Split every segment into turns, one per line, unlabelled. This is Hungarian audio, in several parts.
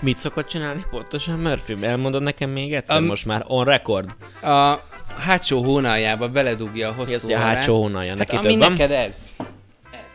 Mit szokott csinálni pontosan Murphy? Elmondod nekem még egyszer,
Am-
most már on record.
A hátsó hónaljába beledugja a hosszú
Mi az, hogy a
órát.
hátsó hónalja?
Hát
Neki
ami
több van?
neked ez. Ez.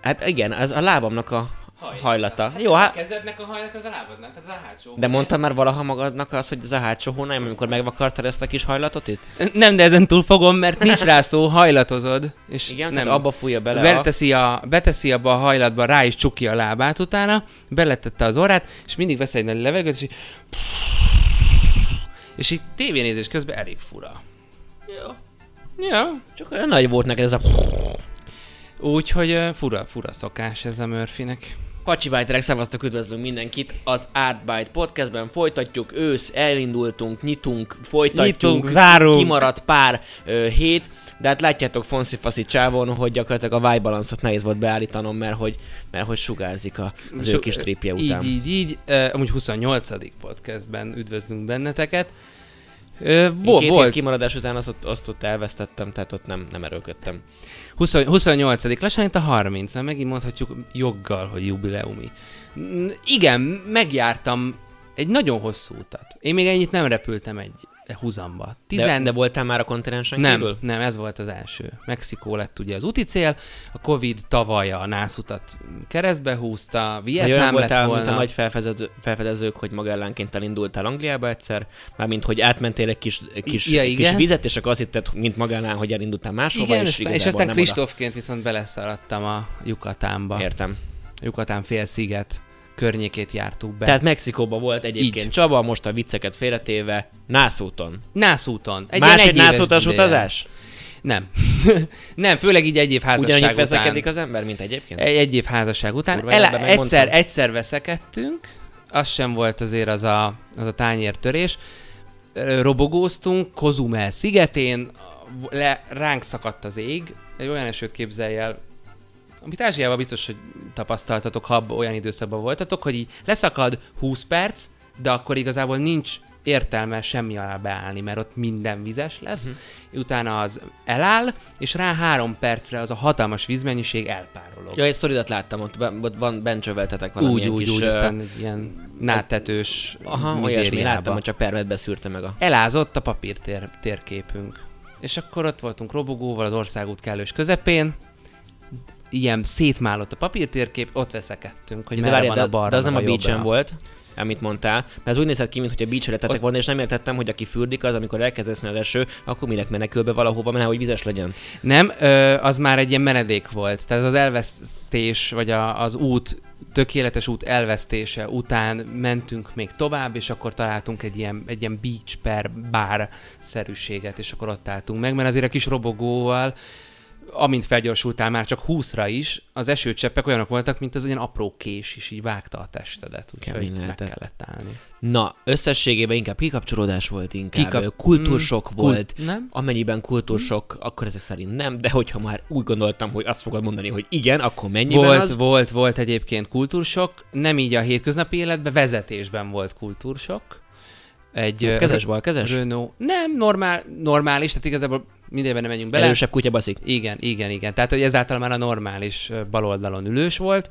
Hát igen, ez a lábamnak a
Hajlata.
hajlata.
Hát
Jó,
a
hát...
kezednek a hajlat az a lábadnak, tehát ez a hátsó
De
hónalja.
mondtam már valaha magadnak azt, hogy ez a hátsó hónalja, amikor megvakartad ezt a kis hajlatot itt?
Nem, de ezen túl fogom, mert nincs rá szó, hajlatozod. És
Igen,
nem.
nem. abba fújja bele a...
Beleteszi, a, beteszi abba a hajlatba, rá is csuki a lábát utána, beletette az orrát, és mindig vesz egy nagy levegőt, és így... És így tévénézés közben elég fura.
Jó.
Ja.
Csak olyan nagy volt neked ez a...
Úgyhogy ö, fura, fura szokás ez a Murphynek.
Kacsi Bájterek, szevasztok, üdvözlünk mindenkit az Artbyte podcastben. Folytatjuk, ősz, elindultunk, nyitunk, folytatjuk,
Nyitunk, zárunk.
kimaradt pár ö, hét, de hát látjátok Fonszi Faszi csávon, hogy gyakorlatilag a vájbalanszot nehéz volt beállítanom, mert hogy, mert hogy sugárzik a, az ő
So-
kis trépje
így,
után.
Így, így, Ö, Amúgy 28. podcastben üdvözlünk benneteket. Ö, Volt,
Két hét
volt.
kimaradás után azt, ott- azt ott elvesztettem, tehát ott nem, nem erőködtem.
20, 28. lassan itt a 30 en megint mondhatjuk joggal, hogy jubileumi. N- Igen, megjártam egy nagyon hosszú utat. Én még ennyit nem repültem egy húzamba.
De,
Tizen...
de voltál már a kontinensen
nem,
kívül?
nem, ez volt az első. Mexikó lett ugye az úti cél, a Covid tavaly a NASZ utat keresztbe húzta,
Vagy olyan
Vietnám lett
voltál,
volna.
mint a nagy felfedező, felfedezők, hogy magellánként elindultál Angliába egyszer, mármint, hogy átmentél egy kis, kis,
Ja,
ja, kis
igen.
vizet, és akkor azt hitted, mint magellán, hogy elindultál máshova,
Igen,
és,
és, és
igazából
aztán
nem
Kristófként viszont beleszaladtam a Yucatánba.
oda. Értem.
Yucatán félsziget környékét jártuk be.
Tehát Mexikóban volt egyébként
Így.
Csaba, most a vicceket félretéve, Nászúton.
Nász úton.
Egy
ilyen
Más egy
egyéves
Nászutas
díjjel.
utazás?
Nem. nem, főleg így egy év házasság
Ugyanannyit
után.
veszekedik az ember, mint egyébként?
Egy, egy év házasság után.
Kurva
El,
életben megmondtam.
egyszer, egyszer veszekedtünk, az sem volt azért az a, az a tányértörés. Ö, Robogóztunk Kozumel szigetén, le, ránk szakadt az ég, egy olyan esőt képzelj el, amit Ázsiában biztos, hogy tapasztaltatok, ha abban olyan időszakban voltatok, hogy így leszakad 20 perc, de akkor igazából nincs értelme semmi alá beállni, mert ott minden vizes
Mhm.
lesz, uh-huh. utána az eláll, és rá három percre az a hatalmas vízmennyiség elpárolog.
Ja, egy sztoridat láttam, ott, be- ott van, bencsöveltetek valami
Úgy, úgy,
kis,
úgy,
ö,
aztán egy ilyen nátetős
Aha, olyasmi, láttam, hogy csak permet beszűrte meg a...
Elázott a papír tér, térképünk. És akkor ott voltunk robogóval az országút kellős közepén, ilyen szétmálott a papírtérkép, ott veszekedtünk, hogy
De,
merre
várjál,
van a
de,
balra,
de az nem a
meg jobbra.
beachen volt, amit mondtál, mert az úgy nézett ki, mintha beachre lettek volna, és nem értettem, hogy aki fürdik, az amikor elkezdesz az eső, akkor minek menekül be valahova, mert hogy vizes legyen.
Nem, ö, az már egy ilyen menedék volt. Tehát az elvesztés, vagy a, az út, tökéletes út elvesztése után mentünk még tovább, és akkor találtunk egy ilyen, egy ilyen beach per bar szerűséget, és akkor ott álltunk meg, mert azért a kis robogóval amint felgyorsultál már csak 20-ra is, az esőcseppek olyanok voltak, mint az ilyen apró kés is, így vágta a testedet, úgyhogy
Kemény
meg
lehetett.
kellett állni.
Na, összességében inkább kikapcsolódás volt, inkább
Kikap-
Kikap... kultúrsok
Mm,
mm, volt.
kult- nem?
Amennyiben kultúrsok, akkor ezek szerint nem, de hogyha már úgy gondoltam, hogy azt fogod mondani, hogy igen, akkor mennyiben
Volt,
az?
volt, volt egyébként kultúrsok, nem így a hétköznapi életben, vezetésben volt kultúrsok. Egy ö,
Kezes, bal, kezes?
Renault. Nem, normál, normális, tehát igazából mindenben nem menjünk bele.
Erősebb kutya baszik.
Igen, igen, igen. Tehát, hogy ezáltal már a normális ö, baloldalon ülős volt.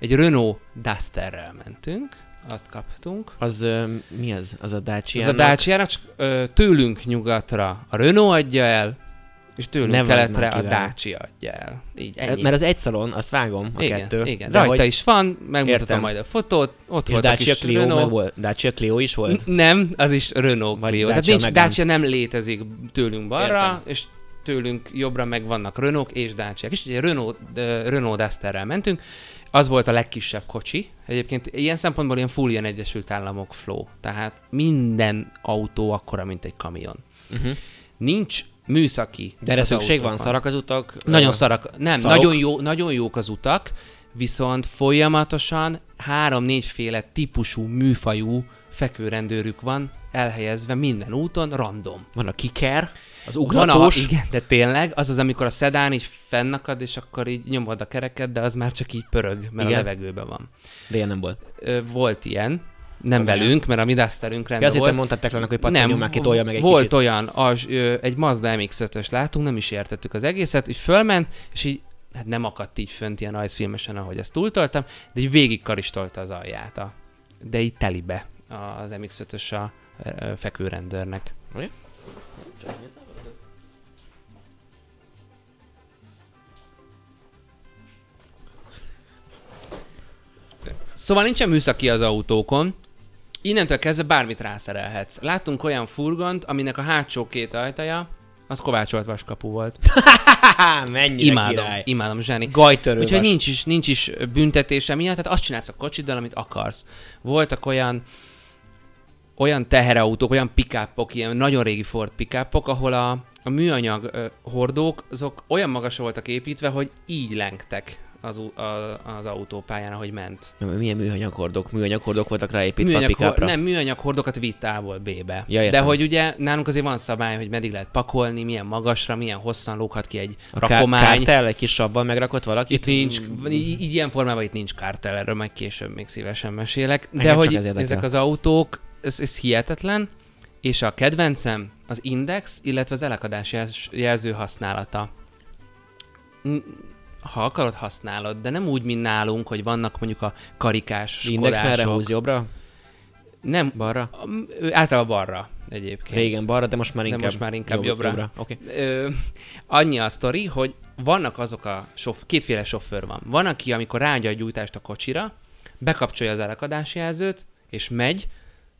Egy Renault Dusterrel mentünk, azt kaptunk.
Az ö, mi az? Az a Dacia.
Ez a Dacia-nak csak ö, tőlünk nyugatra a Renault adja el, és tőlünk
Ne
ne
vedd már
keletre a
kivel.
Dacia adja el. Így ennyi.
Mert az egy szalon, azt vágom, a
igen,
kettő.
igen.
de
rajta
hogy-
is van, megmutatom
Értem.
majd a fotót, ott
És
volt a
Dacia
kis
Clio, meg
Renault.
volt. Dacia Clio is volt?
N- Nem, az is Renault
Vagy
Clio. Tehát
Dacia
nincs,
Megane.
Dacia nem létezik tőlünk balra,
Értem.
és tőlünk jobbra meg vannak Renault és Dacia. És ugye Renault, ö, Renault Dusterrel mentünk, az volt a legkisebb kocsi. Egyébként ilyen szempontból ilyen full ilyen Egyesült Államok flow. Tehát minden autó akkora, mint egy kamion.
Uh-huh.
Nincs műszaki.
De erre
az
szükség van,
autókon.
szarak az utak.
Nagyon
ö,
szarak. Nem,
szarok.
nagyon, jó, nagyon jók az utak, viszont folyamatosan három-négyféle típusú műfajú fekvőrendőrük van elhelyezve minden úton, random.
Van a kiker, az
Van a,
ugratós.
igen, de tényleg, az az, amikor a szedán így fennakad, és akkor így nyomod a kereket, de az már csak így pörög, mert igen. a
Igen.
levegőben van.
De ilyen nem volt.
Ö, Volt ilyen, nem
Komolyan.
velünk, mert a mi Dusterünk
De
rendben
azért
volt.
nem mondtad Teklának, hogy Patron nyomják ki, tolja meg egy
Volt
kicsit.
olyan, az, ö, egy Mazda MX-5-ös látunk, nem is értettük az egészet, így fölment, és így hát nem akadt így fönt ilyen rajzfilmesen, ahogy ezt túltoltam, de így végig karistolta az alját, a, de így telibe az MX-5-ös a, a fekvőrendőrnek. Szóval nincsen műszaki az autókon, innentől kezdve bármit rászerelhetsz. Láttunk olyan furgont, aminek a hátsó két ajtaja, az kovácsolt vaskapu volt.
Haha, mennyire
imádom,
király.
imádom, zseni.
Gajtörő
Úgyhogy
vas.
nincs is, nincs is büntetése miatt, tehát azt csinálsz a kocsiddal, amit akarsz. Voltak olyan olyan teherautók, olyan pikápok, ilyen nagyon régi Ford pikápok, ahol a, a műanyag ö, hordók, azok olyan magasra voltak építve, hogy így lengtek az, ú- a, az autópályán, ahogy ment.
Nem, Milyen műanyaghordok? Műanyaghordok voltak ráépítve a
Műanyag hor-
pikapra?
nem, műanyag hordokat vitt A-ból B-be.
Ja, értem.
De hogy ugye nálunk azért van szabály, hogy meddig lehet pakolni, milyen magasra, milyen hosszan lóghat ki egy
A
rakomány.
Rakomány. kártel egy kis sabban megrakott valaki?
Itt nincs, így, így ilyen formában itt nincs kártel, erről majd később még szívesen mesélek. De
Engem csak
hogy
ez érdekel.
ezek az autók, ez, ez hihetetlen, és a kedvencem az index, illetve az elakadás jelz- jelző használata. N- Ha akarod, használod, de nem úgy, mint nálunk, hogy vannak mondjuk a karikás
Index merre
skodások.
húz jobbra?
Nem,
Balra?
am- ő általában barra egyébként.
Régen balra, de most már
De
inkább,
most már inkább jobbra.
jobbra. Oké.
Ö, annyi a sztori, hogy vannak azok a sof- kétféle sofőr van. Van, aki amikor ráadja a gyújtást a kocsira, bekapcsolja az elakadási jelzőt, és megy,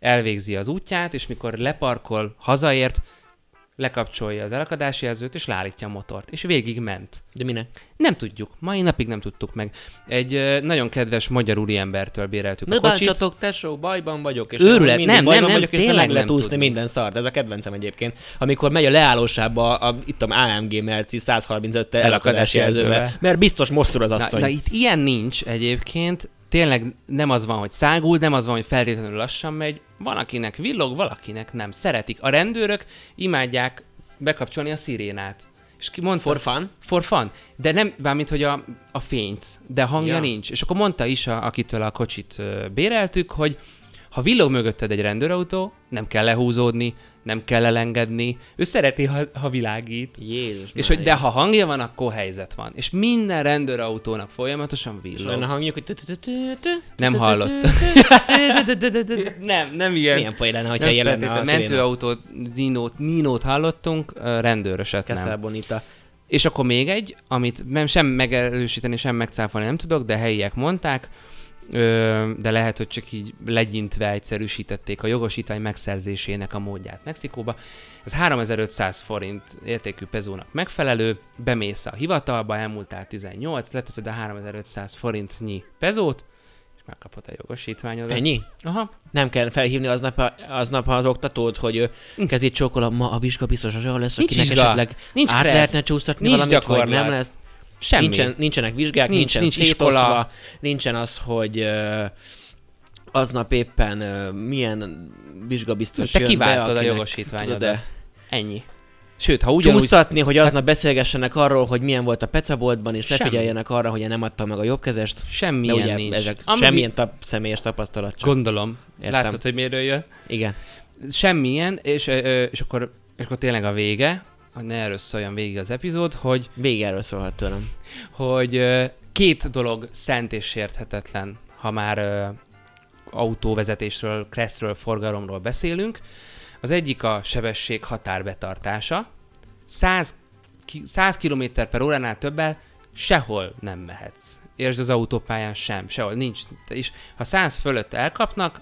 elvégzi az útját, és mikor leparkol, hazaért, lekapcsolja az elakadási jelzőt, és leállítja a motort. És végig ment.
De minek?
Nem tudjuk. Mai napig nem tudtuk meg. Egy ö, nagyon kedves magyar úriembertől béreltük
Ne
a kocsit.
bántsatok, tesó, bajban vagyok. És
Őrület,
mindig
nem,
bajban
nem, nem,
vagyok, és
tényleg
meg lehet
nem
úszni
tudni.
minden szart. Ez a kedvencem egyébként. Amikor megy a leállósába a, a itt tudom, AMG Merci 135 elakadás
Elakadási
jelzővel,
jelzővel.
mert biztos mozdul az asszony.
Na, na itt ilyen nincs egyébként, tényleg nem az van, hogy szágul, nem az van, hogy feltétlenül lassan megy, van akinek villog, valakinek nem. Szeretik. A rendőrök imádják bekapcsolni a szirénát. És ki mondta,
For fun?
for fun. De nem, bármint, hogy a, a fényt, de hangja
Ja.
ja. nincs. És akkor mondta is, a, akitől a kocsit ö, béreltük, hogy ha villog mögötted egy rendőrautó, nem kell lehúzódni, nem kell elengedni. Ő szereti, ha, ha világít.
Jézus
És hogy
Mária.
de ha hangja van, akkor helyzet van. És minden rendőrautónak folyamatosan
És olyan a
villog.
hangjuk, hogy... tü-tü-tü-tü-tü,
Nem
tü-tü-tü-tü,
hallott.
tü-tü-tü-tü-tü.
Nem, nem ilyen.
Milyen poén lenne, ha
Nem
ilyen lenne
feltétlenül.
a sziréna.
mentőautót, Ninót, Ninót hallottunk, ö, rendőröset nem.
Bonita.
És akkor még egy, amit nem, sem megerősíteni, sem megcáfolni nem tudok, de helyiek mondták, ö, de lehet, hogy csak így legyintve egyszerűsítették a jogosítvány megszerzésének a módját Mexikóba. Ez 3500 forint értékű pezónak megfelelő, bemész a hivatalba, elmúltál 18, leteszed a 3500 forintnyi pezót, és megkapod a jogosítványodat.
Ennyi?
Aha.
Nem kell felhívni aznap, aznap az oktatót, hogy ő kezdi csókolom, ma a vizsga biztos az olyan lesz,
Nincs
akinek
vizsga.
esetleg
Nincs
át
kressz.
lehetne csúsztatni
Nincs
valamit, vagy
gyakorlat.
nem lesz.
Semmi.
Nincsen, nincsenek vizsgák,
Nincs,
nincsen
nincs
szétosztva,
iskola.
nincsen az, hogy ö, aznap éppen ö, milyen vizsgabiztos
Te
jön be,
kiváltod a
akinek-
jogosítványodat.
tudod-e?
Ennyi. Sőt, ha
Ugyanúgy... Hát-
ugyanúgy
Csúsztatni, hogy aznap beszélgessenek arról, hogy milyen volt a pecaboltban, és ne
Semmi.
figyeljenek arra, hogy én nem adtam meg a jobbkezest. De
Semmilyen
ugye
nincs.
ezek
Ami-
semmilyen tap, személyes tapasztalat csak.
Gondolom.
Értem.
Értem. Látszott, hogy miről jön.
Igen.
Semmilyen, és, ö, ö, és, akkor, és akkor tényleg a vége, hogy ne erről szóljon végig az epizód, hogy,
Vége erről szólhat tőlem.
hogy ö, két dolog szent és sérthetetlen, ha már ö, autóvezetésről, kresszről, forgalomról beszélünk. Az egyik a sebesség határbetartása. 100, ki- 100 km per óránál többel sehol nem mehetsz. Értsd az autópályán sem, sehol nincs. És ha 100 fölött elkapnak,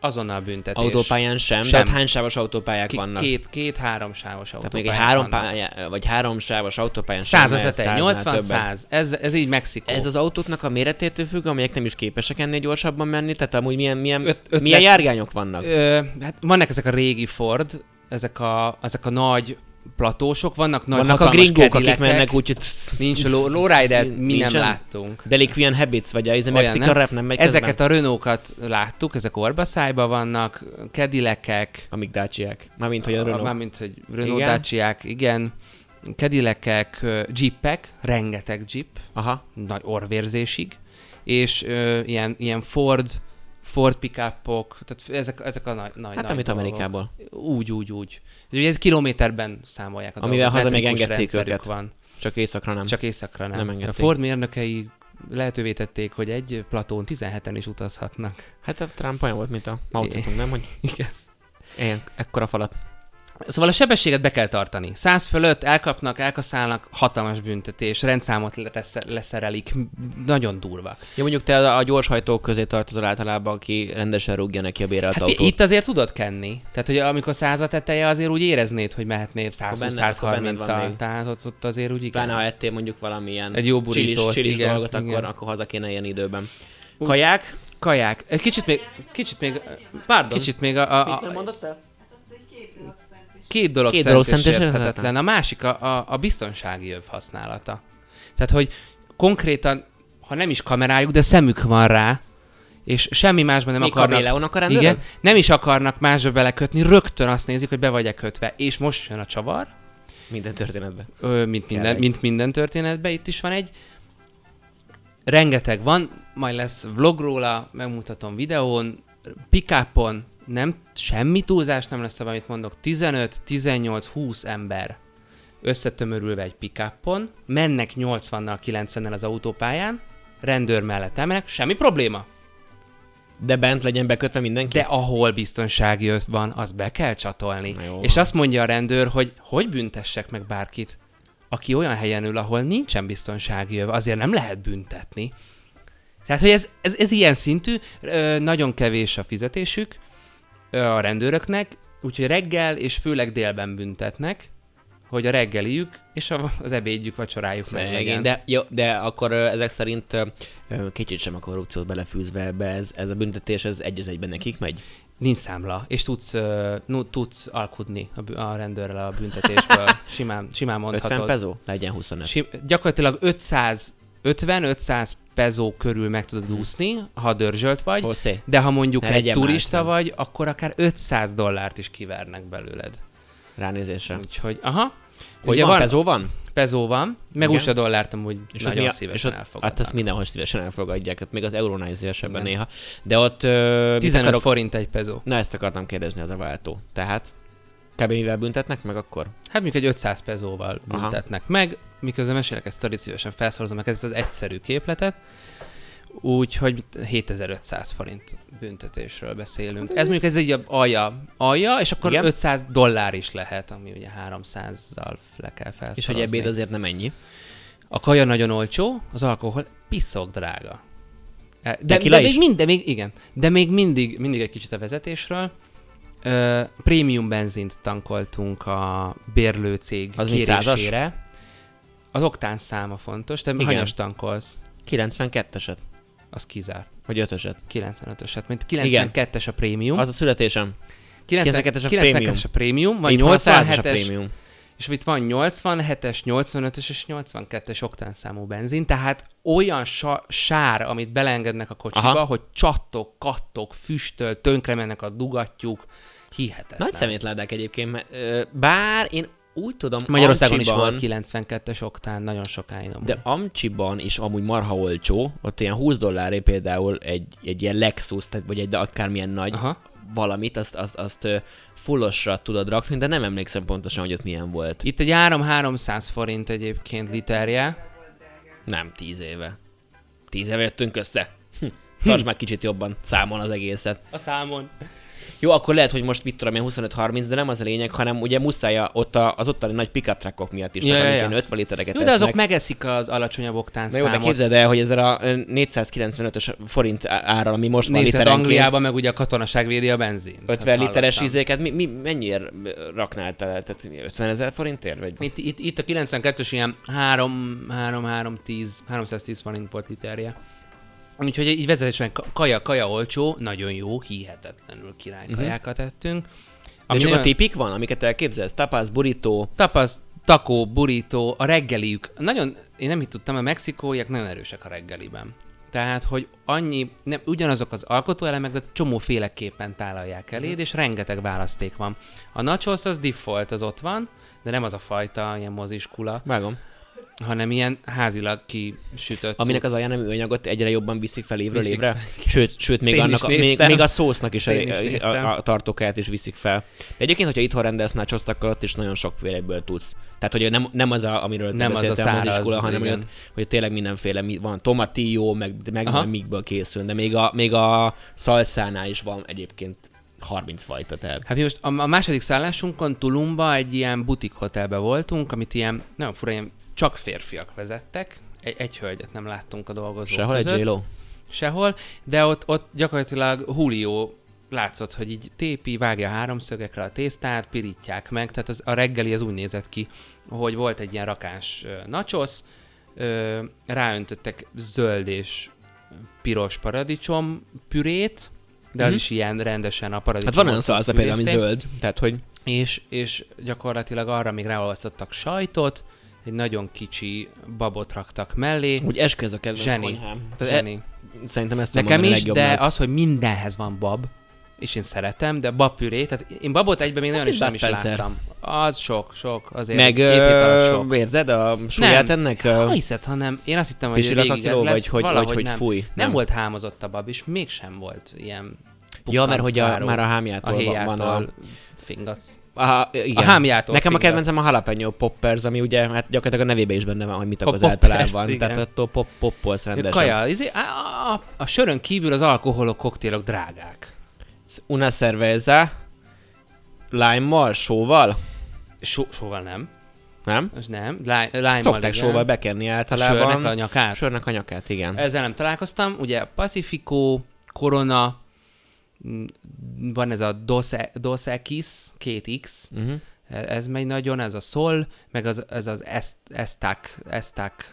azonnal büntetés.
Autópályán sem, Hát sem. de
Sem.
ott hány sávos autópályák
Ki-
vannak?
Két, két háromsávos
Tehát még egy
autópályák
három
vannak.
pályá, vagy három sávos autópályán
Százat
sem, mert
tetej,
száznál
80,
többen.
100. Ez, ez így Mexikó.
Ez az autóknak a méretétől függ, amelyek nem is képesek ennél gyorsabban menni, tehát amúgy milyen, milyen,
Öt- ötlet-
milyen járgányok vannak?
Ö, hát vannak ezek a régi Ford, ezek a, ezek a nagy platósok, vannak nagy
vannak a
hatalmas
gringók, akik
Cadillacek.
mennek úgy, hogy
Nincs ló- lowrider, mi nem
Nincsen?
láttunk.
Delinquent Habits, vagy a izé
Olyan,
Mexican
nem?
Rap nem megy közben?
Ezeket a Renault-kat láttuk, ezek orbaszájban vannak, kedilekek,
Amíg dácsiák. Ah, Mármint, hogy a Renault.
mármint, hogy Renault
Igen.
igen. Dacia-k, igen, kedilekek, jeepek, rengeteg jeep,
Aha.
nagy orvérzésig, és ö, ilyen, ilyen Ford, Ford pickupok, tehát ezek, ezek a nagy, nagy
Hát
nagy
amit
dolgok.
Amerikából.
Úgy, úgy, úgy. Ugye ez kilométerben számolják a
Amivel
dolgokat,
haza még
metrikus
engedték
rendszerük
őket.
Van.
Csak éjszakra nem.
Csak éjszakra nem.
Nem
a
engedték.
Ford mérnökei lehetővé tették, hogy egy platón 17-en is utazhatnak.
Hát a Trump olyan volt, mint a Mao
É.
Zedong, nem? Hogy
Igen.
ilyen, ekkora falat.
Szóval a sebességet be kell tartani. 100 fölött elkapnak, elkaszálnak, hatalmas büntetés, rendszámot lesz- leszerelik, nagyon durva.
Ja, mondjuk te a- a gyorshajtók közé tartozol általában, aki rendesen rúgja neki a bérelt
Hát
autót.
figyelj, itt azért tudod kenni. Tehát, hogy amikor száz a teteje, azért úgy éreznéd, hogy mehetnél
benned- akkor benned van
120-130-al.
még.
Tehát ott, ott azért úgy igen.
Pláne ha ettél mondjuk valamilyen
Egy jó
csilis,
burítót,
csilis
igen,
dolgot,
igen.
Akkor, akkor haza kéne ilyen időben.
Úgy-
Kaják?
Kaják. Egy Kicsit még, kicsit még,
Pardon.
kicsit még a, a, a,
mondott el?
Két dolog,
Két
két
dolog szent
dolog szent
és
és érthetetlen.
érthetetlen.
A másik a, a, a biztonsági öv használata. Tehát, hogy konkrétan, ha nem is kamerájuk, de szemük van rá, és semmi másban nem
Nem akarnak.
akarnak.
Leon akar rendőrök?
Igen, nem is akarnak másba belekötni, rögtön azt nézik, hogy be vagy-e kötve. És most jön a csavar,
Minden történetben.
ö, mint, minden,
Tényleg.
mint minden történetben, itt is van egy. Rengeteg van, majd lesz vlog róla, megmutatom videón, pickupon, nem, semmi túlzás nem lesz, amit mondok, 15, 18, 20 ember összetömörülve egy pickupon, mennek 80-nal, 90-nel az autópályán, rendőr mellett elmennek, semmi probléma.
De bent legyen bekötve mindenki?
De ahol biztonsági öv van, az be kell csatolni.
Na jó
És
van.
azt mondja a rendőr, hogy hogy büntessek meg bárkit, aki olyan helyen ül, ahol nincsen biztonsági öv, azért nem lehet büntetni. Tehát, hogy ez, ez, ez ilyen szintű, ö, nagyon kevés a fizetésük ö, a rendőröknek, úgyhogy reggel és főleg délben büntetnek, hogy a reggeliük és a, az ebédjük, vacsorájuk meg
Szegény,
legyen.
de, jó, de akkor ö, ezek szerint ö, ö, kicsit sem a korrupciót belefűzve ebbe, ez, ez a büntetés, ez egy az egyben nekik megy.
Nincs számla, és tudsz, ö, no, tudsz alkudni a, bü- a rendőrrel a büntetésből. simán, simán
50
mondhatod.
pezó? Legyen 25.
Sim, gyakorlatilag 550-500 pezó körül meg tudod úszni, ha dörzsölt vagy,
Hosszé.
de ha mondjuk
Mhm. Ne
egy
legyen már
turista
sem.
vagy, akkor akár 500 dollárt is kivernek belőled.
Ránézésre.
Úgyhogy, aha.
Hogy van, pezó van?
pezó van, meg
Igen.
USA dollárt amúgy és
ott
nagyon
mi a-
szívesen
és ott,
elfogadnak.
Hát azt mindenhol szívesen elfogadják, hát még az eurónál is szívesebben
Igen.
néha. De ott... Ö, mit
15
akarok-
forint egy pezó.
Na ezt akartam kérdezni, az a váltó. Tehát kb. mivel büntetnek meg akkor?
Hát mondjuk egy 500 pezóval
Aha.
büntetnek meg, miközben mesélek ezt sztorit, szívesen felszorozom neked ezt az egyszerű képletet, úgyhogy 7500 forint büntetésről beszélünk. Ez mondjuk ez egy a- alja, alja, és akkor
Hát Igen.
Igen? 500 dollár is lehet, ami ugye 300-zal le kell felszorozni.
És hogy ebéd azért nem ennyi.
A kaja nagyon olcsó, az alkohol piszok drága. E, De,
Tequila
de
is?
még, mind, de még, igen, de még mindig, mindig egy kicsit a vezetésről. Ö, prémium benzint tankoltunk a bérlő cég
Az mi,
kérésére. Az oktán száma fontos, te
Igen.
igen. hanyas tankolsz,
92-eset,
az kizár.
vagy 5-eset.
95-öset, mint 92-es a prémium.
Az a születésem. 92-es a
92-es a prémium, van
Itt van a 100-as a
87-es,
prémium.
és itt van 87-es, 85-ös és 82-es oktánszámú benzin, tehát olyan sa- sár, amit belengednek a kocsiba,
Aha.
Aha. hogy csattok, kattok, füstöl, tönkre mennek a dugattyúk, hihetetlen.
Nagy szemétládák egyébként, mert, ö, bár én úgy tudom,
Magyarországon is
Amcsiban-
volt 92-es oktán, nagyon sokáig nem
De Amcsiban is amúgy marha olcsó, ott ilyen 20 dolláré például egy, egy ilyen Lexus, tehát, vagy egy akármilyen nagy
Aha.
valamit, azt, azt, azt ö, fullosra tudod rakni, de nem emlékszem pontosan, hogy ott milyen volt.
Itt egy 3-300 forint egyébként literje.
Nem, 10 éve. 10 éve jöttünk össze. Hm. Tartsd már kicsit jobban számon az egészet.
A számon.
Jó, akkor lehet, hogy most mit tudom én, 25-30, de nem az a lényeg, hanem ugye muszáj a- ott a, az ottani nagy pickup truckok miatt is,
Ja,
ja,
ja,
amik
ja.
ilyen 50 litereket
Jó, de azok
esznek.
megeszik az alacsonyabb oktán
Na jó, de
számot.
képzeld el, hogy ezzel a ö, 495-ös forint á- árral, ami most van
Nézd, hát
literenként,
Angliában meg ugye a katonaság védi a benzin.
50 literes ízéket, mi, mi, mennyiért raknál te? Tehát 50 ezer forintért? Vagy?
Itt, itt, itt a 92-es ilyen 3, 3, 3, 10, 310 forint volt literje. Úgyhogy így vezetésen ka- kaja, kaja olcsó, nagyon jó, hihetetlenül király kajákat ettünk.
Mhm. De
Ami
csak a
nagyon-
tipik van, amiket elképzelsz? Tapas, burrito,
tapasz, takó, burító, a reggeliük. Nagyon, én nem így tudtam, a mexikóiak nagyon erősek a reggeliben. Tehát, hogy annyi, nem ugyanazok az alkotóelemek, de csomóféleképpen tálalják
Mhm.
eléd, és rengeteg választék van. A nachos az default, az ott van, de nem az a fajta ilyen moziskula.
vágom.
hanem ilyen házilag kisütött.
Aminek az
cucc.
alján nem műanyagot egyre jobban viszik fel évről
Viszik
évre. Sőt, sőt még,
Én is
annak, a- még,
néztem.
még, a szósznak is, a,
Én is néztem.
a, a, tartókáját is viszik fel. De egyébként, hogyha itthon rendelsz nácsozt, akkor ott is nagyon sok véreből tudsz. Tehát, hogy nem, nem az, a, amiről te
Nem az a
beszéltem,
száraz,
az iskola, hanem hogy,
igen.
ott, hogy ott tényleg mindenféle mi- van. Tomatillo, meg, meg
Aha.
nem mikből készül, de még a, még a szalszánál is van egyébként 30 fajta, tehát.
Hát mi most a, a második szállásunkon Tulumba egy ilyen butik hotelbe voltunk, amit ilyen nagyon fura, ilyen csak férfiak vezettek. Egy, egy hölgyet nem láttunk a dolgozók
Sehol egy
között.
j
Sehol, de ott, ott gyakorlatilag Julio látszott, hogy így tépi, vágja háromszögekre a tésztát, pirítják meg, tehát az, a reggeli az úgy nézett ki, hogy volt egy ilyen rakás ö, nachos, ö, ráöntöttek zöld és piros paradicsom pürét, de az
Mhm.
is ilyen rendesen a paradicsom.
Hát van olyan szalsza például, ami
pürezték
zöld, tehát, hogy
és, és gyakorlatilag arra még ráolvasztottak sajtot, egy nagyon kicsi babot raktak mellé.
úgy esküz a kedvenc
Zseni.
konyhám. Tehát,
Zseni.
e- Szerintem ezt tudom
Nekem
mondani
is, de
legjobbnak.
az, hogy mindenhez van bab, és én szeretem, de babpüré, tehát én babot egyben még nagyon
mint
is nem
Hát Bud
is
Spencer.
láttam. Az sok, sok, azért
Meg
két hét alatt
ö,
sok.
érzed a súlyát
Nem.
ennek?
Ha
ö,
hiszed, ha nem. Én azt hittem, hogy
Pisirak a
végig ez
kiló,
lesz,
vagy hogy, vagy
valahogy
hogy
nem.
fúj?
Nem, volt hámozott a bab, és mégsem volt ilyen
Ja, mert hogy a,
pukkantváró.
már a
a
hámjától van, van a...
héjától fingasz.
a igen.
A hámjától
Nekem a
fingasz.
kedvencem a jalapeno poppers, ami ugye hát gyakorlatilag a nevében is benne van, hogy mit
A
okoz
poppers,
általában.
igen.
Tehát attól pop, poppolsz rendesen.
Kaja, izé, a, a, a sörön kívül az alkoholok, koktélok drágák.
Una cerveza, lime-mal, sóval,
So, soval nem.
nem?
Az nem. Lime, lime
Szokták sóval bekenni általában.
Sörnek a nyakát. Sör.
Sörnek a nyakát, igen.
Ezzel nem találkoztam. Ugye Pacifico, Corona, m, van ez a Dose, Dos X, két X, E-
Uh-huh.
ez megy nagyon, ez a Sol, meg az, ez az Est- Esták, Esták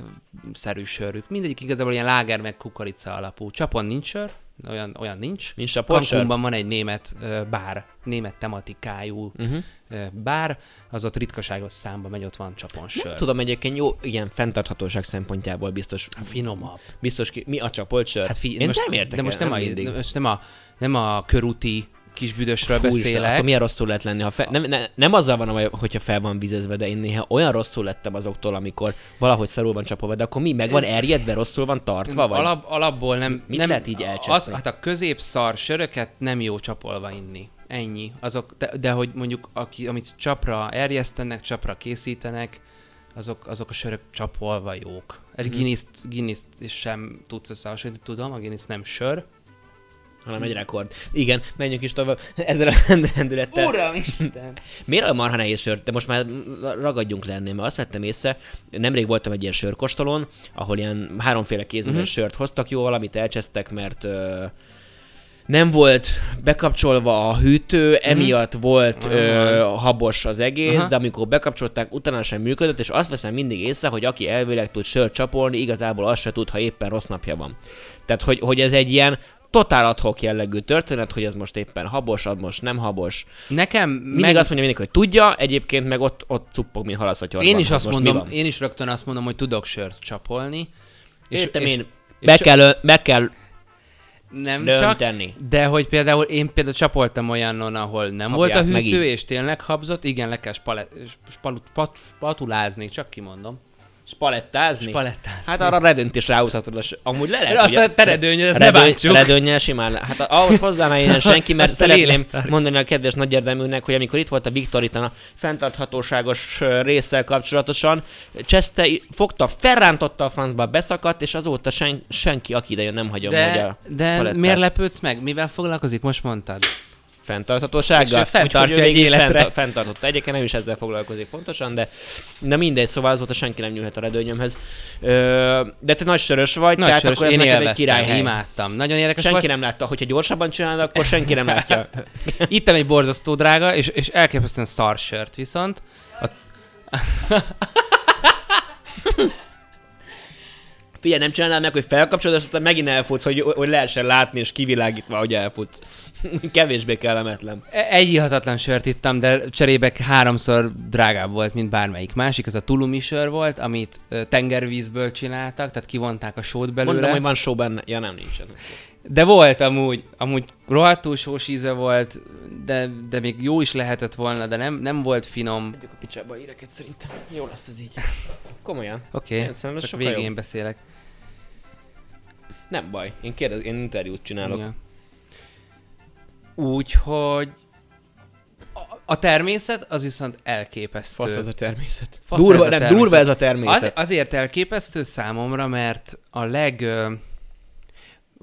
szerű sörük. Mindegyik igazából ilyen láger, meg kukorica alapú. Csapon nincs sör, olyan, olyan nincs.
Nincs a porsör.
Cancúnban van egy német ö, bár, német tematikájú
Uh-huh.
ö, bár, az ott ritkaságos számba megy, ott van csapon
Nem
sör.
tudom egyébként, jó, ilyen fenntarthatóság szempontjából biztos,
Finomabb.
biztos ki, mi a csapolt sör?
Hát fi-
Én nem értek
de most nem,
a,
a, most nem, a, nem a körúti kisbüdösről
Fú, Isten,
beszélek.
Akkor milyen rosszul lett lenni, ha fe... nem, ne, nem azzal van, amely- hogyha fel van vizezve, de én néha olyan rosszul lettem azoktól, amikor valahogy szarul van csapolva, de akkor mi, meg van erjedve, rosszul van tartva, vagy?
Alap, alapból nem...
Mit
nem,
lehet így
az,
elcseszni?
Hát a középszar söröket nem jó csapolva inni. Ennyi. Azok, de, de hogy mondjuk, aki, amit csapra erjesztenek, csapra készítenek, azok, azok a sörök csapolva jók. Egy
Mhm.
Guinness-t, Guinness-t sem tudsz összehasonlítani, tudom, a Guinness nem sör.
Hanem egy rekord. Igen, menjünk is tovább ezzel a rendülettel. Uram Isten! Miért olyan marha nehéz sört? De most már ragadjunk le ennél, mert azt vettem észre, nemrég voltam egy ilyen sörkostolon, ahol ilyen háromféle kézműves
Mhm.
sört hoztak, jó valamit elcsesztek, mert ö, nem volt bekapcsolva a hűtő, emiatt volt ö, habos az egész,
Mhm. Aha.
de amikor bekapcsolták, utána sem működött, és azt veszem mindig észre, hogy aki elvileg tud sört csapolni, igazából azt se tud, ha éppen rossz napja van. Tehát, hogy, hogy ez egy ilyen totál adhok jellegű történet, hogy ez most éppen habos, ad most nem habos.
Nekem
Mindig azt mondja mindenki, hogy tudja, egyébként meg ott, ott cuppog, mint halaszatyor.
én is azt mondom, én is rögtön azt mondom, hogy tudok sört csapolni.
Értem én,
és
be
csak-
kell, ö- be kell
Nem csak,
dönteni.
de hogy például én például csapoltam olyanon, ahol nem
Habják
volt a
meg
hűtő,
így.
és tényleg habzott, igen, le kell spalet, spalut, pat, spatulázni, csak kimondom.
Spalettázni?
Spalettázni.
Hát arra redőnt is ráhúzhatod. a s- Amúgy le lehet,
Azt
Hát, ugye-
a teredőnyöt ne
Redőny-
bántsuk.
Redőnnyel simán. le- Hát a- ahhoz hozzáná én senki, mert
Azt a
szeretném
lélektár.
mondani a kedves nagyérdeműnek, hogy amikor itt volt a Viktor itt a fenntarthatóságos ö, résszel kapcsolatosan, Cseszte i- fogta, felrántotta a francba, beszakadt, és azóta sen, senki, aki idejön, nem hagyom, hogy
de
a
de
palettát-
miért lepődsz meg? Mivel foglalkozik? Most mondtad. És ő
fenntarthatósággal. Úgyhogy
fenntartja
ő
egy
végig is
életre.
fenntar- Fenntartotta. Egyébként nem is ezzel foglalkozik pontosan, de, de mindegy, szóval azóta senki nem nyúlhat a redőnyömhöz. Ö, de te nagy sörös vagy,
Nagy
tehát
sörös,
akkor ez
én
neked egy
élveztem,
királyhely.
imádtam. Nagyon érdekes
Senki
volt.
nem látta, hogyha gyorsabban csinálod, akkor senki nem látja.
Ittem egy borzasztó drága, és, és elképesztően szar sört viszont. A,
Figyelj, nem csinálnál meg, hogy felkapcsolod, és aztán megint elfutsz, hogy, hogy lehessen látni, és kivilágítva, hogy elfutsz. Kevésbé kellemetlen.
E- egy ihatatlan sört ittam, de cserébe háromszor drágább volt, mint bármelyik másik. Ez a tulumi sör volt, amit ö, tengervízből csináltak, tehát kivonták a sót belőle.
Mondom, hogy van show benne. Ja, nem nincsen.
De volt amúgy, amúgy rohadtul sós íze volt, de, de még jó is lehetett volna, de nem, nem volt finom.
Tegyük a picsába éreket szerintem. Jó lesz ez így. Komolyan.
Oké,
Én szerintem
okay,
ez
csak
sokkal
végén
jobb.
beszélek.
Nem baj. Én kérdez, én interjút csinálok.
Ja. Úgyhogy a, a természet az viszont elképesztő.
Fasz ez a természet.
Fasz
durva,
ez a
nem,
természet.
durva ez a
Az,
természet.
azért elképesztő számomra, mert a leg... ö,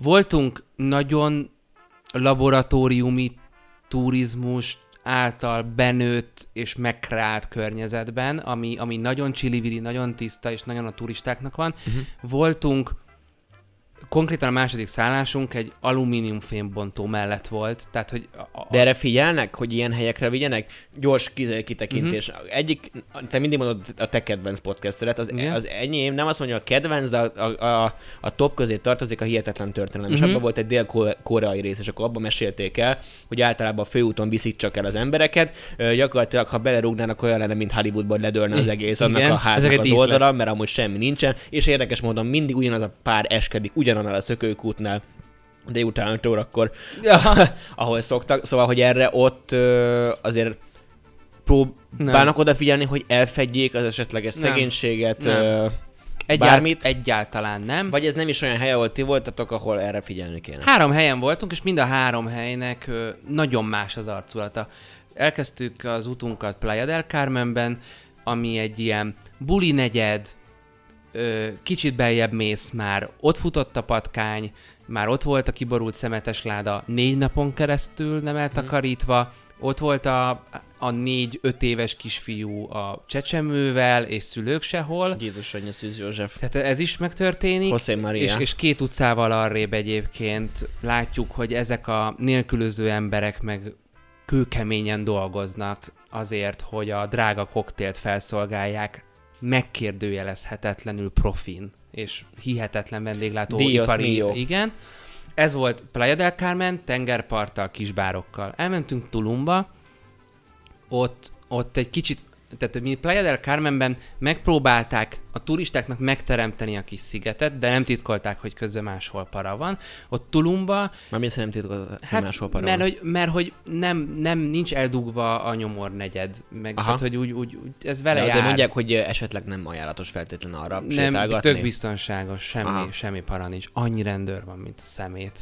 Voltunk nagyon laboratóriumi turizmus által benőtt és megkrált környezetben, ami, ami nagyon csillivili, nagyon tiszta és nagyon a turistáknak van. Uh-huh.
Mhm.
Voltunk konkrétan a második szállásunk egy alumíniumfémbontó mellett volt, tehát hogy a, a,
De erre figyelnek, hogy ilyen helyekre vigyenek? Gyors kiz- kitekintés.
Mhm.
Mm-hmm. Egyik, te mindig mondod a te kedvenc podcastedet, az,
Igen.
az enyém nem azt mondja a kedvenc, de a, a, a, a top közé tartozik a hihetetlen történelem. Mm-hmm. És
Mhm.
abban volt egy dél-koreai rész, és akkor abban mesélték el, hogy általában a főúton viszik csak el az embereket. Ö, gyakorlatilag, ha belerúgnának, olyan lenne, mint Hollywoodban ledőlne az egész annak
Igen,
a
ezek egy
háznak az
díszlet.
oldala, mert amúgy semmi nincsen. És érdekes módon mindig ugyanaz a pár eskedik ugyanannál a szökőkútnál délután 5 órakor,
Ja.
ahol szoktak. Szóval, hogy erre ott ö, azért próbálnak odafigyelni, hogy elfedjék az esetleges
Nem.
szegénységet.
Nem.
Ö,
Egyált,
bármit?
egyáltalán nem.
vagy ez nem is olyan hely, ahol ti voltatok, ahol erre figyelni kéne.
Három helyen voltunk, és mind a három helynek ö, nagyon más az arculata. Elkezdtük az utunkat Playa del Carmenben, ami egy ilyen buli negyed, ö, kicsit beljebb mész már, ott futott a patkány, már ott volt a kiborult szemetes láda négy napon keresztül nem eltakarítva, ott volt a, a négy-öt éves kisfiú a csecsemővel, és szülők sehol.
Jézus Anyja Szűz József.
Tehát ez is megtörténik.
José Maria.
Hát- És, és két utcával arrébb egyébként látjuk, hogy ezek a nélkülöző emberek meg kőkeményen dolgoznak azért, hogy a drága koktélt felszolgálják megkérdőjelezhetetlenül profin és hihetetlen vendéglátó
Dios
ipari.
mio.
Igen. Ez volt Playa del Carmen, tengerparttal, kisbárokkal. Elmentünk Tulumba, ott, ott egy kicsit, tehát mi Playa del Carmenben megpróbálták a turistáknak megteremteni a kis szigetet, de nem titkolták, hogy közben máshol para van. Ott Tulumba,
Mármint szerintem titkod, hogy
hát
máshol parom.
mert, hogy, mert hogy nem, nem, nincs eldugva a nyomor negyed, meg
Aha.
tehát, hogy úgy, úgy, úgy ez
De
vele
azért
jár.
mondják, hogy ö, esetleg nem ajánlatos feltétlen arra
nem,
sétálgatni.
tök biztonságos, semmi,
Aha.
semmi para nincs. Annyi rendőr van, mint szemét.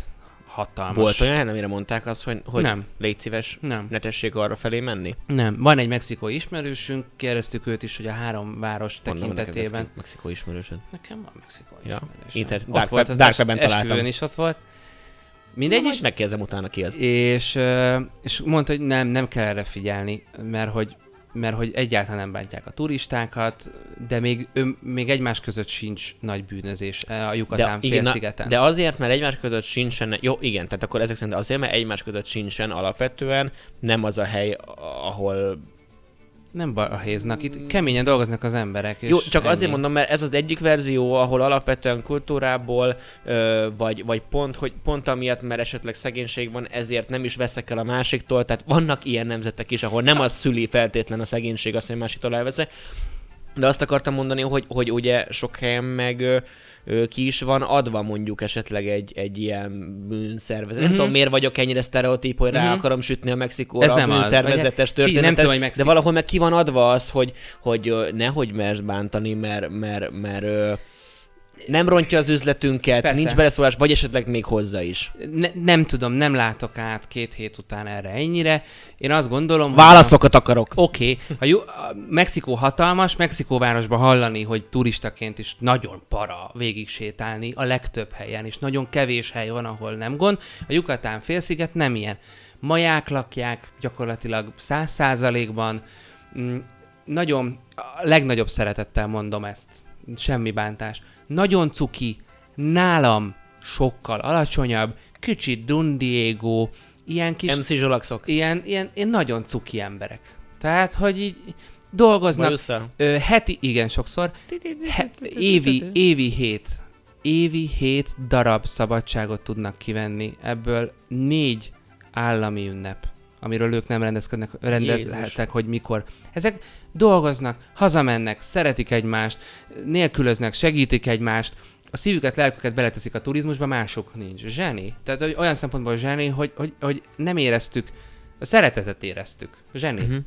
Hatalmas.
Volt olyan hely, amire mondták azt, hogy, hogy
Nem.
légy szíves,
Nem.
ne tessék arra felé menni?
Nem, van egy mexikói ismerősünk, kérdeztük őt is, hogy a három város
Mondom, neked ez
tekintetében.
ki- Mexikó ismerősöd.
Nekem van mexikói
Ja.
ismerősöm.
Inter-
Ott
Dark
volt
Web-
az
Dark
es-
Webben találtam.
esküvőn is ott volt.
Mindegy
Mindegy
is.
is.
Megkérdezem utána ki az.
És, ö, és mondta, hogy nem, nem kell erre figyelni, mert hogy, mert hogy egyáltalán nem bántják a turistákat, de még, ö, még egymás között sincs nagy bűnözés eh, a Yucatán
igen, na,
félszigeten.
de azért, mert egymás között sincsen, jó, igen, tehát akkor ezek szerint azért, mert egymás között sincsen alapvetően nem az a hely, a- ahol...
Nem balhéznak, itt keményen dolgoznak az emberek. És
Jó, csak
ennyi.
azért mondom, mert ez az egyik verzió, ahol alapvetően kultúrából, ö, vagy, vagy pont, hogy pont amiatt, mert esetleg szegénység van, ezért nem is veszek el a másiktól, tehát vannak ilyen nemzetek is, ahol nem az szüli feltétlen a szegénység azt, hogy másiktól elveszek, de azt akartam mondani, hogy, hogy ugye sok helyen meg ö, ö, ki is van adva mondjuk esetleg egy, egy ilyen bűnszervezet. Mm-hmm. Nem
Mhm.
tudom, miért vagyok ennyire sztereotíp, hogy rá
Mhm.
mm-hmm. akarom sütni a Mexikóra
Ez
a
nem az.
bűnszervezetes
Figyelj, nem
történetet,
tudom, hogy
de
Mexikó-
valahol meg ki van adva az, hogy, hogy ö, nehogy mert bántani, mert, mert, mert ö, nem rontja az üzletünket,
Persze.
Persze. nincs beleszólás, vagy esetleg még hozzá is.
Ne, nem tudom, nem látok át két hét után erre ennyire. Én azt gondolom, hogy a-
Válaszokat akarok.
Oké, okay. a Mexikó hatalmas, Mexikóvárosban hallani, hogy turistaként is nagyon para végig sétálni a legtöbb helyen, és nagyon kevés hely van, ahol nem gond. A Yucatán félsziget nem ilyen. Maják lakják gyakorlatilag száz százalékban. Mm, Nagyon, a legnagyobb szeretettel mondom ezt, semmi bántás. Nagyon cuki, nálam sokkal alacsonyabb, kicsit Dun Diego, ilyen kis
MC Zsolakszok.
ilyen, ilyen, ilyen nagyon cuki emberek. Tehát, hogy így
Majd
dolgoznak
össze.
ö, heti, igen, sokszor, he, évi, évi hét, évi hét darab szabadságot tudnak kivenni, ebből négy állami ünnep, amiről ők nem rendezkednek, rendezhetek, hogy mikor. Ezek dolgoznak, hazamennek, szeretik egymást, nélkülöznek, segítik egymást, a szívüket, lelküket beleteszik a turizmusba, mások nincs. Zseni. Tehát hogy olyan szempontból zseni, hogy, hogy, hogy nem éreztük, a szeretetet éreztük. Zseni.
Mhm.
Uh-huh.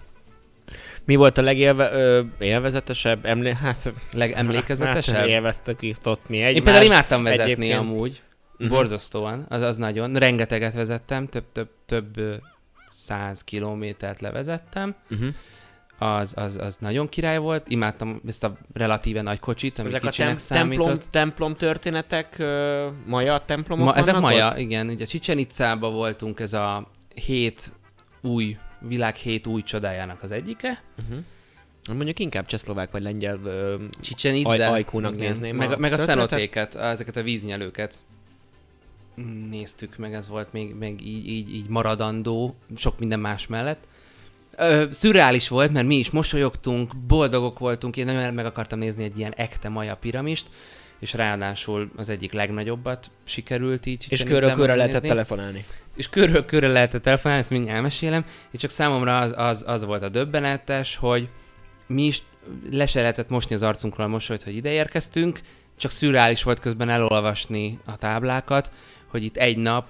Mi volt a legélvezetesebb, emlé... hát,
Legemlékezetesebb.
hát élveztük itt ott mi egymást.
Én például imádtam vezetni
egyébként.
amúgy.
Mhm.
Borzasztóan, az, az nagyon. Rengeteget vezettem, több-több több ö, száz kilométert levezettem.
Uh-huh.
Az, az, az nagyon király volt. Imádtam ezt a relatíve nagy kocsit, ami
Ezek a
kicsinek
tem-
számított.
templom, templom történetek, ö, maja templomok
Ma, ezek
vannak
maja,
ott?
igen. Ugye Csicsen Itzában voltunk, ez a hét új, világ hét új csodájának az egyike.
Uh-huh. Mondjuk inkább csehszlovák vagy lengyel ö,
Csicsen
Aj-
Itza.
ajkúnak nézném
Meg,
a
a meg a
történetet.
szenotéket, ezeket a víznyelőket néztük meg, ez volt még, még így, így, így maradandó, sok minden más mellett. Ö, szürreális volt, mert mi is mosolyogtunk, boldogok voltunk, én nagyon meg akartam nézni egy ilyen ekte maja piramist, és ráadásul az egyik legnagyobbat sikerült így.
és
Chichen
körökörre
Itzában
lehetett
nézni
telefonálni.
és körül körül lehetett telefonálni, ezt mindjárt elmesélem, és csak számomra az, az, az volt a döbbenetes, hogy mi is le se lehetett mosni az arcunkról a mosolyt, hogy ide érkeztünk, csak szürreális volt közben elolvasni a táblákat, hogy itt egy nap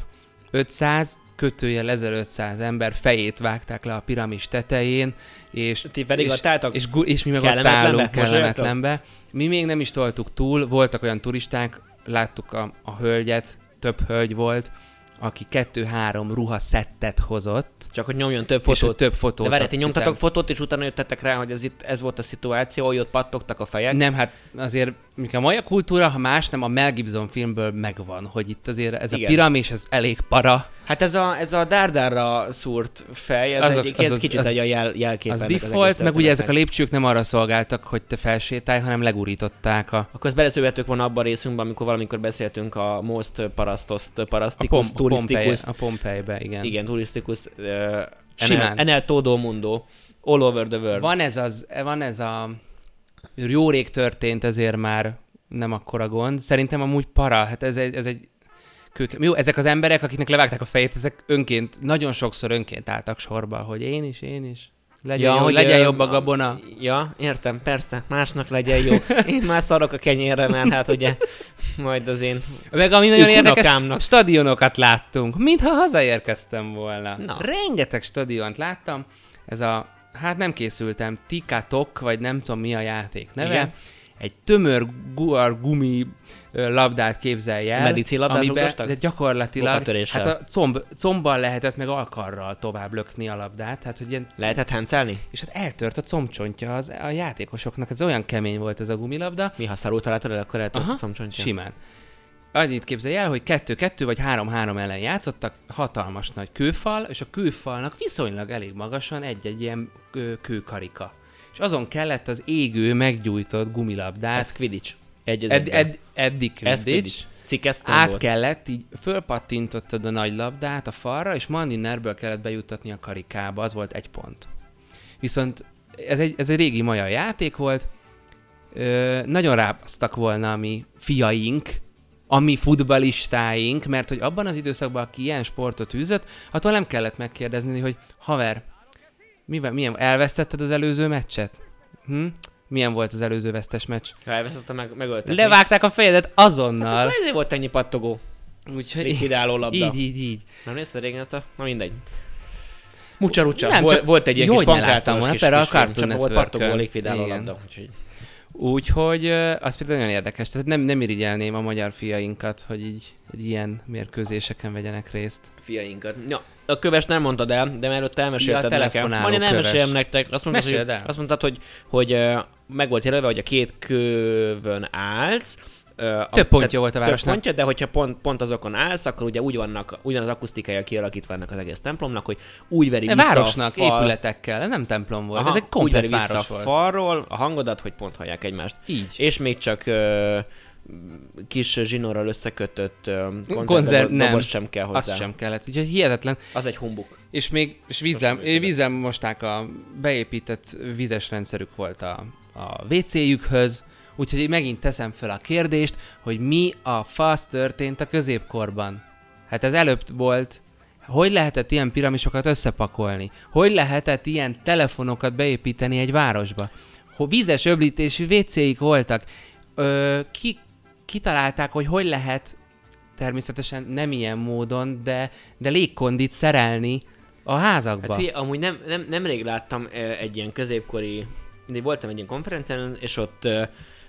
500 kötőjel 1500 ember fejét vágták le a piramis tetején, és
Ti pedig
és,
ott álltak?
És, gu- és mi meg ott
Kellemetlenbe?
állunk
Mosolyogtok?
kellemetlenbe. Mi még nem is toltuk túl, voltak olyan turisták, láttuk a, a hölgyet, több hölgy volt, aki kettő-három ruhaszettet hozott,
Csak hogy nyomjon több
Fotót. és ő
fotót.
több fotót.
De várj, ti nyomtatok
adtak.
fotót, és utána jöttetek rá, hogy ez, itt, ez volt a szituáció, hogy ott pattogtak a fejek.
Nem, hát azért, mik a mai a kultúra, ha más nem, a Mel Gibson filmből megvan, hogy itt azért ez
Igen.
a piramis, ez elég para.
Hát ez a, ez a dárdárra szúrt fej, ez,
Az
egy,
a- az
ez
a-
kicsit
az-
egy a jel, jelkép
Az
ennek az
default,
egész
meg ugye ezek a
történetnek.
lépcsők nem arra szolgáltak, hogy te felsétálj, hanem legurították a
Akkor ezt beleszövettük volna abban a részünkben, amikor valamikor beszéltünk a most parasztoszt,
a,
parasztikus,
pom- a, Pompeje,
turisztikus,
a Pompejbe, igen.
igen, turisztikus, uh,
Enel.
Enel Todo Mundo, all over the world.
Van ez, az, van ez a jó rég történt, ezért már nem akkora gond. Szerintem amúgy para, hát ez egy, ez egy kőke... Jó, ezek az emberek, akiknek levágták a fejét, ezek önként, nagyon sokszor önként álltak sorba, hogy én is, én is. Legyen, ja, jó, hogy legyen
ö,
jobb a gabona.
Ja, értem, persze, másnak legyen jó. Én már szarok a kenyérre, mert hát ugye majd az én
Meg ami nagyon
ők
érdekes,
unokámnak.
stadionokat láttunk, mintha hazaérkeztem volna.
Na.
Rengeteg stadiont láttam, ez a, hát nem készültem, Tikatok, vagy nem tudom mi a játék neve,
Igen.
Igen. egy tömör guar gumi ö, labdát képzelj el.
Medici labdát
amiben-
rugdostak?
De gyakorlatilag,
Bokatöréssel.
hát a comb, combbal lehetett meg alkarral tovább lökni a labdát, hát hogy ilyen,
lehetett háncelni?
és hát eltört a combcsontja az, a játékosoknak, ez olyan kemény volt ez a gumilabda,
Mi, ha szarul találtad el, akkor
Aha,
eltört szomcsontja.
Simán. Annyit képzelj el, hogy 2-2 vagy 3-3 ellen játszottak, hatalmas nagy kőfal, és a kőfalnak viszonylag elég magasan egy-egy ilyen ö, kőkarika. És azon kellett az égő meggyújtott gumilabdát,
Ez Quidditch. Egy az
ed,
egyben.
ed, eddig
Ez
Quidditch,
Cikk ezt nem
át
volt.
kellett, így fölpattintottad a nagy labdát a falra, és Mandinerből kellett bejuttatni a karikába, az volt egy pont. Viszont ez egy, ez egy régi maja játék volt, Ö, nagyon rábasztak volna a mi fiaink, a mi futbalistáink, mert hogy abban az időszakban, aki ilyen sportot űzött, attól nem kellett megkérdezni, hogy haver, mivel, milyen, elvesztetted az előző meccset? Hm? Milyen volt az előző vesztes meccs?
Ha elvesztettem, meg, megöltetni.
Levágták a fejedet
Hát
azonnal.
akkor ezért volt ennyi pattogó,
Úgyhogy
likvidáló labda.
így, így, így.
Nem nézted régen ezt a... Na mindegy. Mucsa
Nem,
rucsa. Volt,
csak-
volt egy ilyen
jó,
kis
hogy ne láttam
pankrátos
volna,
kis,
például a
kis film,
Cartoon
csak volt
Networkön.
pattogó likvidáló
Igen.
labda. Úgyhogy
Úgyhogy ö, az például nagyon érdekes. Tehát nem, nem irigyelném a magyar fiainkat, hogy így hogy ilyen mérkőzéseken vegyenek részt.
fiainkat. Ja, a köves nem mondtad el, de mielőtt elmesélted
Ja, a
nekem.
telefonáló
Majd én elmesélem
köves.
nektek. Azt mondtad,
Meséld
hogy,
el.
azt mondtad, hogy, hogy ö, meg volt jelölve, hogy a két kövön állsz. ö, A,
Több pontja volt a
Több
városnak.
pontja, de hogyha pont, pont azokon állsz, akkor ugye úgy vannak, ugyanaz akusztikája kialakítva ennek az egész templomnak, hogy úgy veri
E,
vissza
városnak,
a fal,
épületekkel. Ez nem templom volt,
Aha,
ez egy
úgy veri
komplet
vissza
város
a
volt.
falról a hangodat, hogy pont hallják egymást.
Így.
És még csak ö, kis zsinórral összekötött ö,
Konzerv-
konzerv,
nem.
doboz sem kell hozzá.
Azt sem kellett, úgyhogy hihetetlen.
Az egy humbuk.
És még és vízzel, eh, vízzel mosták a beépített vízes rendszerük volt a, a WC-jükhöz, úgyhogy én megint teszem fel a kérdést, hogy mi a fasz történt a középkorban. Hát ez előbb volt. Hogy lehetett ilyen piramisokat összepakolni? Hogy lehetett ilyen telefonokat beépíteni egy városba? Ho, vízes öblítésű WC-ik voltak. Ö, ki, kitalálták, hogy hogy lehet természetesen nem ilyen módon, de, de légkondit szerelni a házakba.
Hát figyelj, amúgy nem, nem, nemrég láttam ö, egy ilyen középkori, mindig voltam egy ilyen konferencián, és ott ö,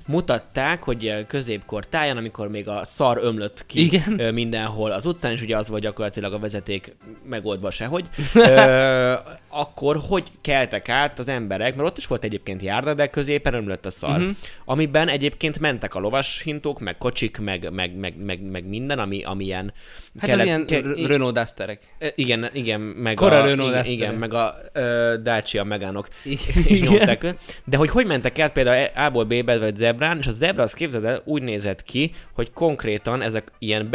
mutatták, hogy ö, középkor táján, amikor még a szar ömlött ki
Igen.
ö, mindenhol az utcán, és ugye az vagy gyakorlatilag a vezeték megoldva sehogy, ö, akkor hogy keltek át az emberek, mert ott is volt egyébként járda, de középen ömlött a szar,
Mhm.
uh-huh. amiben egyébként mentek a lovashintók, meg kocsik, meg, meg, meg, meg, meg minden, ami, ami ilyen
hát az ilyen ke- Renault Dusterek.
Ö, Igen, igen, meg
Kora
a,
Renault
igen,
Duster.
igen, meg a ö, Dacia Megánok is nyomták. őt. De hogy hogy mentek el például E- A-ból B-be vagy zebrán, és a zebra az képzeld el, úgy nézett ki, hogy konkrétan ezek ilyen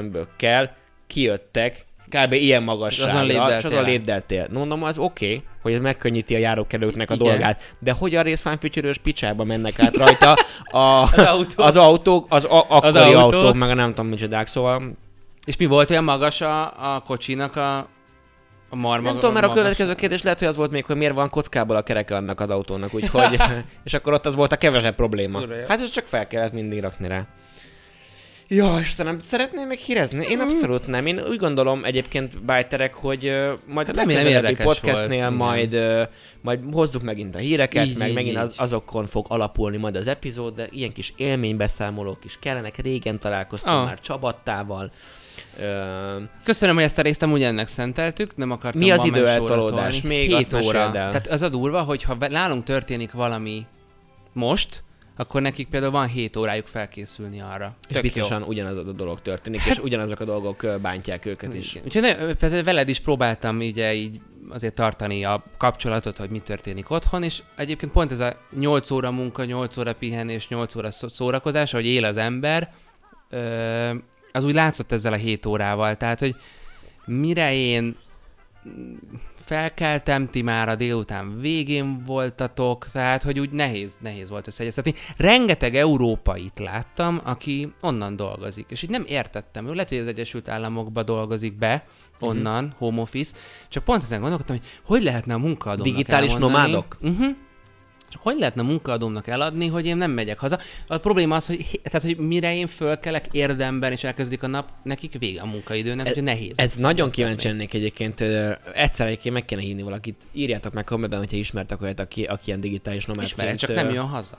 betontömbökkel kijöttek, kb. ilyen magasságra,
léddel
és az a
télen.
léddel tél. Mondom, az oké, okay, hogy ez megkönnyíti a járókelőknek a
Igen.
dolgát, de hogy a részfánfütyörős picsába mennek át rajta a, az,
autók.
az autók, az, a, akkori az autók.
autók.
autók, meg a nem tudom micsodák, szóval
És mi volt olyan magas a, a kocsinak a, a marma?
Nem tudom, mert a
magas-
következő kérdés lehet, hogy az volt még, hogy miért van kockából a kereke annak az autónak, úgyhogy... és akkor ott az volt a kevesebb probléma.
Kurva jó.
Hát ez csak fel kellett mindig rakni rá. Ja, Istenem, szeretném még hírezni?
Mm.
Én abszolút nem. Én úgy gondolom egyébként, bájterek, hogy ö, majd
Hát
a
remélem
legközelebbi
érdekes
podcastnél
volt, igen.
majd, ö, majd hozzuk megint a híreket,
Így,
meg
így,
megint az,
így.
azokon fog alapulni majd az epizód, de ilyen kis élménybeszámolók is kellenek. Régen találkoztam
Ah.
már Csabattával. Ö,
Köszönöm, hogy ezt a részt amúgy ennek szenteltük, nem akartam
Mi az
ma más
időeltolódás?
óra tolni.
Még
Hét
azt meséld
óra.
el.
Tehát az a durva, hogy ha ve- nálunk történik valami most, akkor nekik például van 7 órájuk felkészülni arra.
És
Tök Hát-
biztosan ugyanaz a dolog történik, és ugyanazok a dolgok ö, bántják őket
jó.
is.
Igen. Úgyhogy ne- persze veled is próbáltam ugye így azért tartani a kapcsolatot, hogy mi történik otthon, és egyébként pont ez a 8 óra munka, 8 óra pihenés, 8 óra szó- szórakozás, hogy él az ember, ö, az úgy látszott ezzel a 7 órával. Tehát, hogy mire én mm, felkeltem, ti már a délután végén voltatok, tehát hogy úgy nehéz, nehéz volt összeegyeztetni. Rengeteg európait láttam, aki onnan dolgozik, és így nem értettem, ő lehet, hogy az Egyesült Államokba dolgozik be,
Mhm.
onnan, home office, csak pont ezen gondolkodtam, hogy hogy lehetne a munkaadónak
Digitális
elmondani.
nomádok?
Uh-huh. Csak hogy lehetne a munkaadómnak eladni, hogy én nem megyek haza? A probléma az, hogy, hé- tehát, hogy mire én fölkelek érdemben, és elkezdik a nap, nekik vége a munkaidőnek,
Ez-
úgyhogy nehéz.
E- Ez
ezt
nagyon
egyeztetni.
kíváncsi lennék egyébként. ö, Egyszer egyébként meg kéne hívni valakit. Írjátok meg kommentben, hogyha ismertek olyat, aki, aki ilyen digitális nomádként.
Ismerek, csak
ö,
nem jön haza.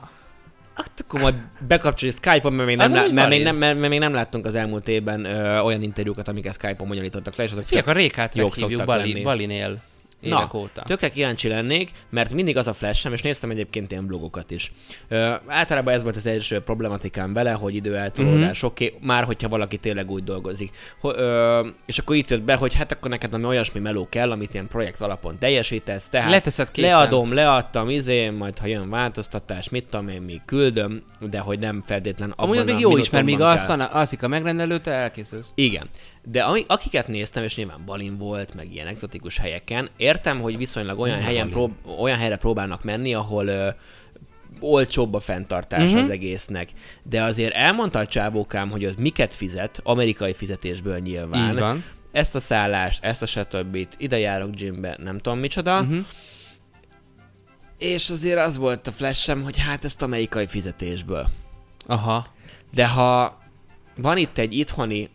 Hát akkor majd bekapcsoljuk Skype-on, mert még,
Az
nem, lá-
amúgy
mert, még
valid.
nem, mert, mert még nem láttunk az elmúlt évben ö, olyan interjúkat, amiket Skype-on bonyolítottak le, és azok
Fiak, a Rékát
jók
meghívjuk
szoktak
Bali,
lenni.
Balinél évek
Na,
óta.
tökre kíváncsi lennék, mert mindig az a flashem, és néztem egyébként ilyen blogokat is. Ö, általában ez volt az első problematikám vele, hogy időeltolódás,
Mhm.
mm-hmm. oké, okay, már hogyha valaki tényleg úgy dolgozik. Ho, ö, és akkor itt jött be, hogy hát akkor neked ami olyasmi meló kell, amit ilyen projekt alapon teljesítesz, tehát
Leteszed készen.
leadom, leadtam, izé, majd ha jön változtatás, mit tudom én, még küldöm, de hogy nem feltétlen abban
Amúgy az
a
még jó is, mert
minutumban
míg
kell.
alszan, alszik a megrendelő, te elkészülsz.
Igen. De ami, akiket néztem, és nyilván Balin volt, meg ilyen exotikus helyeken, értem, hogy viszonylag olyan, helyen prób- olyan helyre próbálnak menni, ahol ö, olcsóbb a fenntartás
Mhm.
mm-hmm. az egésznek. De azért elmondta a csávókám, hogy az miket fizet, amerikai fizetésből nyilván.
Így van.
Ezt a szállást, ezt a stb. Ide járok gymbe, nem tudom micsoda.
Mhm.
Mm-hmm. És azért az volt a flashem, hogy hát ezt amerikai fizetésből.
Aha.
De ha van itt egy itthoni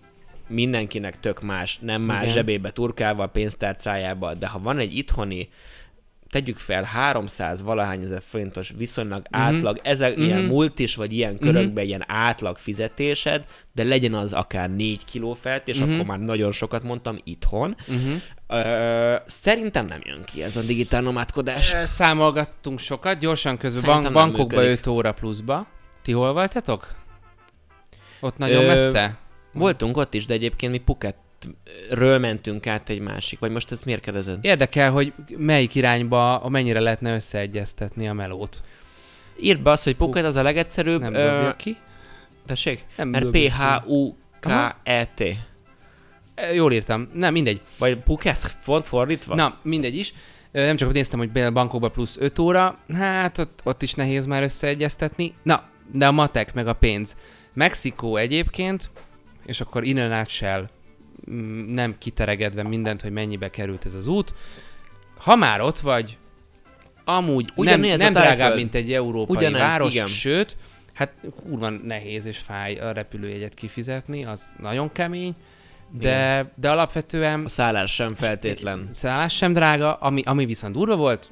mindenkinek tök más, nem más Igen.
Igen.
zsebébe turkálva, pénztárcájába, de ha van egy itthoni, tegyük fel 300 valahány ezer forintos viszonylag mm-hmm. átlag, ezek mm-hmm. ilyen multis vagy ilyen körökben mm-hmm. ilyen átlag fizetésed, de legyen az akár 4 kiló felt, és mm-hmm. akkor már nagyon sokat mondtam itthon. Mm-hmm. Ö, szerintem nem jön ki ez a digitál nomádkodás.
E, Számolgattunk sokat, gyorsan közben
Szerintem nem
bank, bankokba
működik.
5 óra pluszba. Ti hol voltatok? Ott nagyon
Ö,
messze?
Voltunk ott is, de egyébként mi Puketről mentünk át egy másik, vagy most ezt miért kérdezed?
Érdekel, hogy melyik irányba, mennyire lehetne összeegyeztetni a melót.
Írd be azt, hogy Puket az a legegyszerűbb.
Nem
ö,
dobjuk ki.
Tessék?
Nem
Mert
dobjuk ki.
P-H-U-K-E-T.
E, Jól írtam. Nem, mindegy.
Vagy Puket pont fordítva?
Na, mindegy is. Ö, Nem csak ott néztem, hogy például bankokban plusz 5 óra, hát ott, ott is nehéz már összeegyeztetni. Na, de a matek meg a pénz. Mexikó egyébként, és akkor innen nutshell, mm, nem kiteregedve mindent, hogy mennyibe került ez az út. Ha már ott vagy, amúgy
Ugyanilyen ez
nem,
a
nem drágább,
Tájföld.
mint egy európai
Ugyanez,
város,
igen.
sőt, hát hát kurva nehéz és fáj a repülőjegyet kifizetni, az nagyon kemény, de, Igen. de alapvetően
A szállás sem feltétlen.
szállás sem drága, ami, ami viszont durva volt,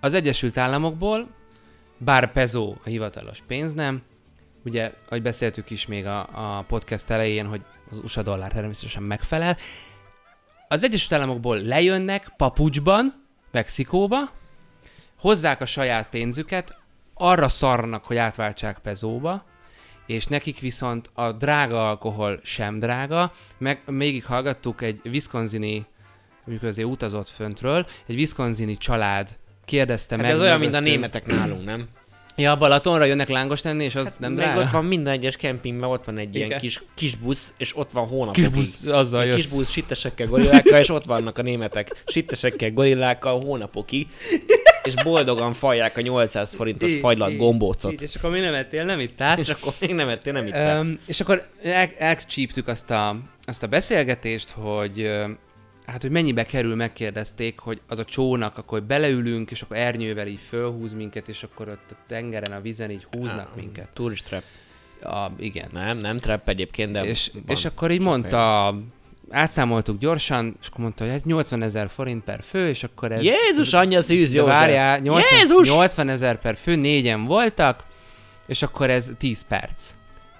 az Egyesült Államokból, bár pezó a hivatalos pénz nem, ugye, ahogy beszéltük is még a, a podcast elején, hogy az USA dollár természetesen megfelel, az Egyesült Államokból lejönnek papucsban, Mexikóba, hozzák a saját pénzüket, arra szarnak, hogy átváltsák pezóba, és nekik viszont a drága alkohol sem drága, meg mégig hallgattuk egy Wisconsini, amikor azért utazott föntről, egy Wisconsini család kérdezte
Hát
meg.
ez olyan, mint a
mögöttünk-
németek nálunk, nem?
Ja, Balatonra jönnek lángos tenni, és az hát nem
Meg
drága.
ott van minden egyes kempingben, ott van egy ilyen
Igen.
kis, kis busz, és ott van hónapokig.
Kis busz, azzal
Egy
jössz.
kis busz sittesekkel, gorillákkal, és ott vannak a németek sittesekkel, gorillákkal hónapokig, és boldogan fajják a 800 forintos
Így,
fajlat
így,
gombócot.
Így, És akkor mi nem ettél, nem ittál.
És akkor még nem ettél, nem itt.
Öm, és akkor el, elcsíptük azt a, azt a beszélgetést, hogy öm, hát, hogy mennyibe kerül, megkérdezték, hogy az a csónak, akkor beleülünk, és akkor ernyővel így fölhúz minket, és akkor ott a tengeren, a vízen így húznak minket.
Tourist trap.
A, igen.
Nem, nem trap egyébként, de
és,
van.
és akkor így mondta, átszámoltuk gyorsan, és akkor mondta, hogy hát 80 ezer forint per fő, és akkor ez...
Jézus, anyja szűz,
De
József!
várjál, 80,
Jézus!
80 ezer per fő, négyen voltak, és akkor ez 10 perc.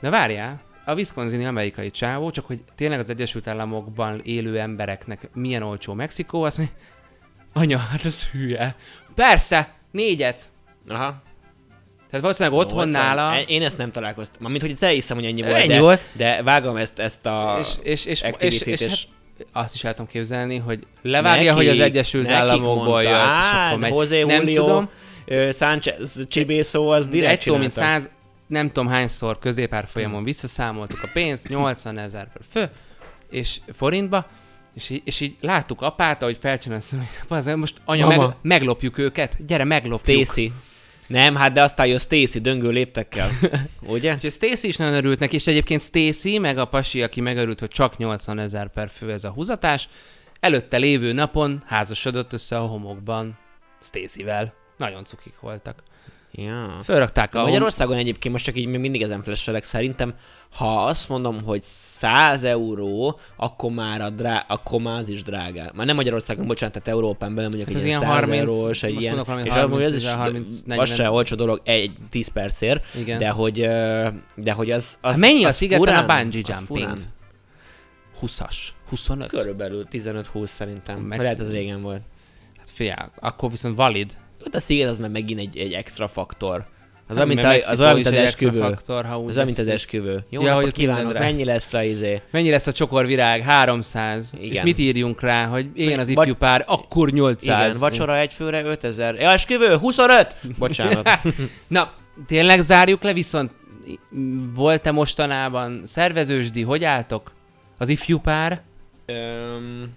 De várjál, a Wisconsini amerikai csávó, csak hogy tényleg az Egyesült Államokban élő embereknek milyen olcsó Mexikó, azt mondja, anya, hát ez hülye. Persze, négyet.
Aha.
Tehát valószínűleg otthon
80.
nála,
E- Én ezt nem találkoztam. Mármint, hogy te hiszem, hogy ennyi volt.
Ennyi
de,
volt.
De vágom ezt, ezt a
és, és, és, és,
activity-t,
és, és hát azt is el tudom képzelni, hogy levágja,
Neki-
hogy az Egyesült
nekik
Államokból
mondta,
jött, és
"Hát,
akkor megy.
José
nem
Julio,
tudom,
ö, Sánchez, Csibészó, az direkt
egy szó, mint
csinálta.
száz, nem tudom hányszor középárfolyamon visszaszámoltuk a pénzt, 80 ezer per fő, és forintba, és így, és így láttuk apát, ahogy felcsinálsz, hogy most anya,
Mama.
meg, meglopjuk őket, gyere, meglopjuk.
Stacy. Nem, hát de aztán jön Stacy döngő léptekkel. Ugye?
Úgyhogy Stacy is nagyon örült neki, és egyébként Stacy, meg a pasi, aki megörült, hogy csak 80 ezer per fő ez a húzatás, előtte lévő napon házasodott össze a homokban Stacyvel. Nagyon cukik voltak.
Ja.
Fölrakták a hom-
Magyarországon egyébként most csak így még mindig ezen flesselek, szerintem ha azt mondom, hogy 100 euró, akkor már, a drá- akkor már az is drágá. Már nem Magyarországon, bocsánat, tehát Európán belül mondjuk
Hát
egy
az
ilyen
ilyen
100
30,
eurós, egy
most
ilyen,
mondok valamit,
és amúgy ez
30,
is
30,
az
40.
se olcsó dolog egy 10 percért,
Igen.
de hogy, ö, de hogy az, az
Az, Hát mennyi a
az
szigeten
furán,
a bungee
az
jumping?
furán.
20-as, 25.
Körülbelül 15-20 szerintem.
Mexi-
Lehet ez régen volt.
Hát figyelj, akkor viszont valid.
Ott a sziget az már megint egy, egy extra faktor. Az
Hát,
olyan, mint,
mert
a, az
Mexikó
olyan,
is
mint az
egy extra
esküvő.
Faktor, ha úgy
Az olyan, mint az
vesszük.
esküvő. Jó ja,
Ja, hogy
napot
ott
kívánok,
mindenre.
mennyi lesz a izé?
Mennyi lesz a csokorvirág? 300. És
Igen.
mit írjunk rá, hogy én az
Vagy-
ifjú pár, akkor 800.
Igen, vacsora egy főre 5000. Ja, esküvő, 25! Bocsánat.
Na, tényleg zárjuk le, viszont volt-e mostanában szervezősdi, hogy álltok? Az ifjú pár?
Öm,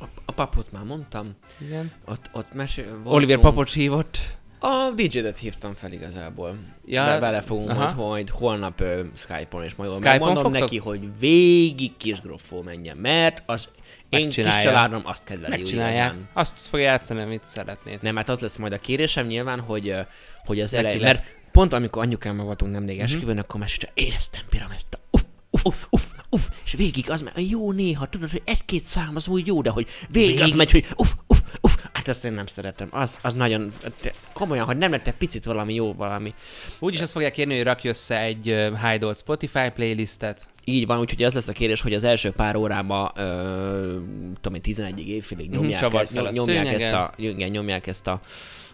a, a papot már mondtam.
Igen.
Ott, ott mesé... voltunk.
Oliver Papocs hívott.
A DJ-det hívtam fel igazából.
Ja,
Ja, De vele fogunk
aha.
majd, hogy holnap ö, Skype-on és majd
Skype-on
mondom
fogtok?
neki, hogy végig kisgrofó menjen, mert az én kis
Megcsinálja.
családom azt kedveli úgy
Megcsinálják.
igazán.
Azt fogja játszani, amit szeretnéd.
Nem, hát az lesz majd a kérésem nyilván, hogy, ö, hogy az
Neki
elején,
lesz. Mhm.
mert pont amikor anyukámmal voltunk nemrég esküvőn, mm-hmm. akkor meséltem, éreztem piram ezt a uff, uff, uff, uff, és végig az megy, jó néha, tudod, hogy egy-két szám az úgy jó, de hogy végig, végig. az megy, hogy uff, uff, uff, hát azt én nem szeretem, az, az nagyon, te- komolyan, hogy nem lett egy picit valami jó, valami.
Úgyis azt fogják kérni, hogy rakj össze egy ö, Hideout Spotify playlistet.
Így van, úgyhogy az lesz a kérés, hogy az első pár órában, ö, tudom én, 11 évfélig nyomják,
csavard
ezt,
fel a
nyomják ezt Mhm, a, igen, nyomják ezt a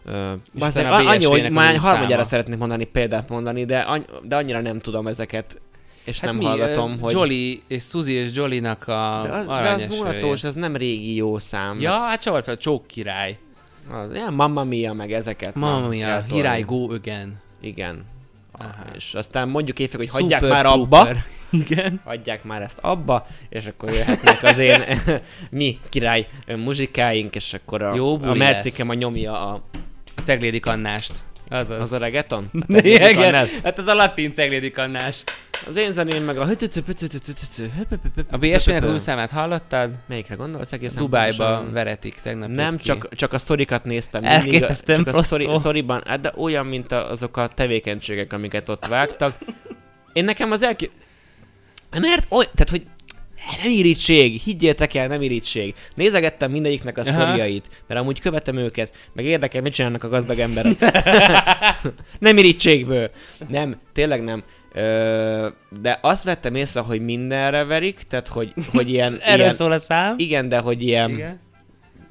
ö, bazd meg,
utána a
annyi, hogy
BSV-nek az
már
új
harmadjára
száma.
szeretnék mondani példát mondani, de, any, de annyira nem tudom ezeket, és hát nem
mi,
mi, hallgatom,
ö,
hogy...
Jolly és Suzy és Jolly-nak a
de az, de az
aranyos
mulatós,
hője.
az nem régi jó szám.
Ja, hát csavart fel, Csók király.
Az, ilyen Mamma Mia, meg ezeket. már
Mamma mia,
kell tolni.
Here I go again.
Igen. Aha. És aztán mondjuk évek, hogy
Super
hagyják már
Trooper.
abba.
Igen.
hagyják már ezt abba, és akkor jöhetnek az én mi király muzsikáink, és akkor a,
Jó buli
a mercikem a
lesz.
nyomja a,
A ceglédi kannást. Azaz.
az a reggaeton?
Igen, hát az a latin ceglédi kannás.
Az én zeném meg a...
A BS-nek az új számát hallottad?
Melyikre gondolsz egészen?
Dubájba
pontosan?
veretik tegnap.
Nem,
jött ki.
csak, csak a sztorikat néztem.
Elképesztően
mindig, a- csak a sztori,
prostó.
sztoriban, hát de olyan, mint a, azok a tevékenységek, amiket ott vágtak. Én nekem az elké... Mert, oly, tehát, hogy nem irítség, higgyétek el, nem irítség. Nézegettem mindegyiknek a
Aha.
sztoriait, mert amúgy követem őket, meg érdekel, mit csinálnak a gazdag emberek. nem irítségből. Nem, tényleg nem. Ö, de azt vettem észre, hogy mindenre verik, tehát hogy, hogy ilyen...
Erről
ilyen
szól a szám.
igen, de hogy ilyen...
Igen.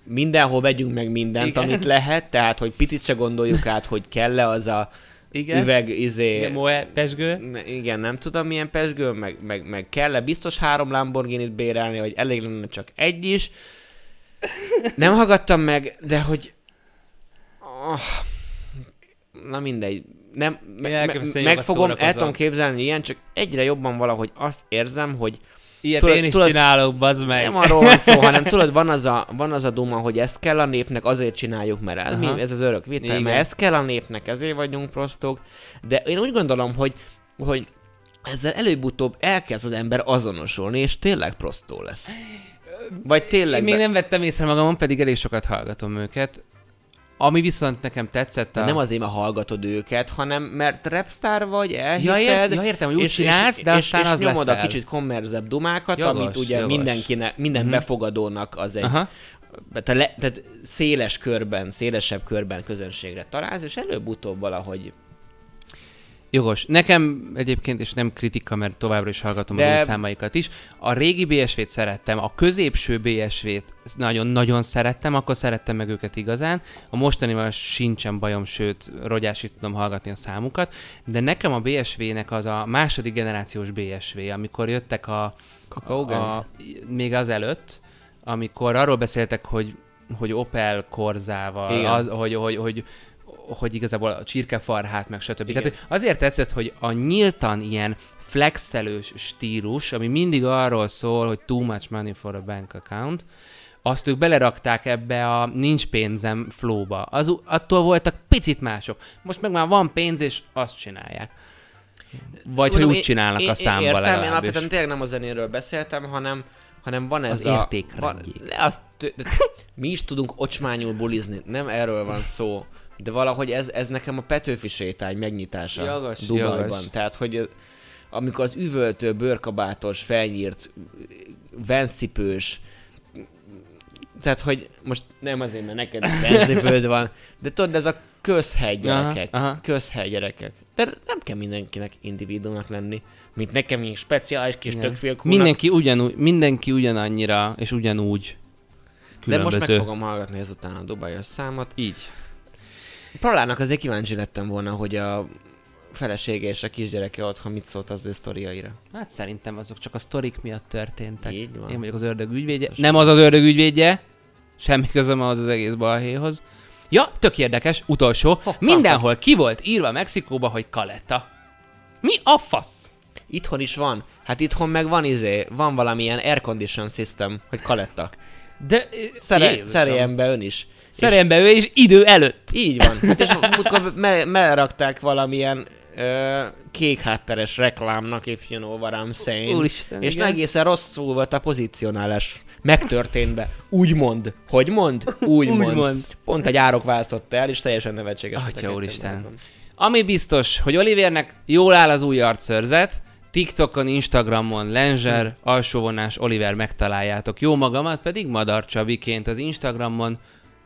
mindenhol vegyünk meg mindent,
Igen.
Igen. amit lehet, tehát hogy picit se gondoljuk át, hogy kell-e az a
Igen.
Igen. üveg, izé...
Igen, Moe, pesgő.
Ne- Igen, nem tudom milyen pesgő, meg, meg, meg kell-e biztos három Lamborghini-t bérelni, vagy elég lenne csak egy is. Nem hallgattam meg, de hogy... Oh, na mindegy. Nem, me, me,
elképesztően
meg
jókat
fogom, el
szórakozom.
tudom képzelni hogy ilyen, csak egyre jobban valahogy azt érzem, hogy
Ilyet
Tudod-
én is
tudod-
csinálok, bazd meg.
nem arról van szó, hanem tudod, van az, a, van az a duma, hogy ezt kell a népnek, azért csináljuk, mert ez,
Aha.
mi, ez az örök vita,
Igen.
mert ezt kell a népnek, ezért vagyunk prostok. De én úgy gondolom, hogy, hogy ezzel előbb-utóbb elkezd az ember azonosulni, és tényleg prostó lesz. Vagy tényleg...
Én még
be-
nem vettem észre magamon, pedig elég sokat hallgatom őket. Ami viszont nekem tetszett a...
nem azért, mert hallgatod őket, hanem mert repstar vagy,
ja,
elhiszed,
ér, ja, értem, hogy úgy csinálsz, de aztán
és
az
nyomod
leszel.
a kicsit kommerzebb dumákat,
Jogos,
amit ugye
jogos. Mhm.
mindenkinek, minden befogadónak az egy
Aha.
Tehát, le, tehát széles körben, szélesebb körben közönségre találsz, és előbb-utóbb valahogy.
Jogos. Nekem egyébként, és nem kritika, mert továbbra is hallgatom De...
De-
az új számaikat is, a régi BSV-t szerettem, a középső BSV-t nagyon-nagyon szerettem, akkor szerettem meg őket igazán. A mostanival sincsen bajom, sőt, rogyásig tudom hallgatni a számukat, de nekem a BSV-nek az a második generációs BSV, amikor jöttek a...
Kakaógang?
a még az előtt, amikor arról beszéltek, hogy, hogy Opel korzával,
Igen.
az, hogy, hogy, hogy, hogy igazából a csirkefarhát, meg stb. Tehát hogy azért tetszett, hogy a nyíltan ilyen flexelős stílus, ami mindig arról szól, hogy too much money for a bank account, azt ők belerakták ebbe a nincs pénzem flóba. Az, attól voltak picit mások. Most meg már van pénz, és azt csinálják. Vagy Mondom, hogy úgy csinálnak
én,
a számba
én értem, én
legalábbis.
alapvetően tényleg nem a zenéről beszéltem, hanem, hanem van ez
Az
a...
értékrendjék.
van, le, azt, tő- de- mi is tudunk ocsmányul bulizni, nem erről van szó. De valahogy ez, ez nekem a Petőfi sétány megnyitása
Jogos,
Dubajban.
jogos.
Tehát, hogy ö, amikor az üvöltő, bőrkabátos, felnyírt, venszipős, tehát, hogy most nem azért, mert neked is benzibőd van, de tudod, ez a közhely gyerekek.
Aha, aha.
Közhely gyerekek. De nem kell mindenkinek individuumnak lenni, mint nekem ilyen speciális kis
Igen.
tökfilkúnak.
Mindenki, ugyanúgy, mindenki ugyanannyira, és ugyanúgy
De most
különböző.
meg fogom hallgatni ezután a Dubajos számot.
Így.
Pralának azért kíváncsi lettem volna, hogy a felesége és a kisgyereke otthon mit szólt az ő sztoriaira.
Hát szerintem azok csak a sztorik miatt történtek.
Így van.
Én vagyok az ördög ügyvédje.
Biztos.
Nem az az ördög ügyvédje. Semmi közöm az az egész balhéhoz. Ja, tök érdekes, utolsó.
fun
Mindenhol ki volt írva Mexikóba, hogy kaletta. Mi a fasz?
Itthon is van. Hát itthon meg van izé, van valamilyen air condition system, hogy kaletta.
De
Szere, szereljen be ön is. És
Szereljen be ő is idő előtt.
Így van. Hát és múltkor me- melrakták valamilyen ö, kék hátteres reklámnak, if you know what I'm saying.
Úristen,
és
igen.
egészen rosszul volt a pozicionálás. Megtörtént be. Úgy mond. Hogy mond? Úgy,
Úgy
mond.
mond.
Pont egy árok választotta el, és teljesen nevetséges.
Atya
ötletek
úristen.
voltak.
Ami biztos, hogy Olivernek jól áll az új arcszörzet, TikTokon, Instagramon, Lenzser, alsóvonás Oliver megtaláljátok. Jó magamat pedig Madar Csabiként az Instagramon,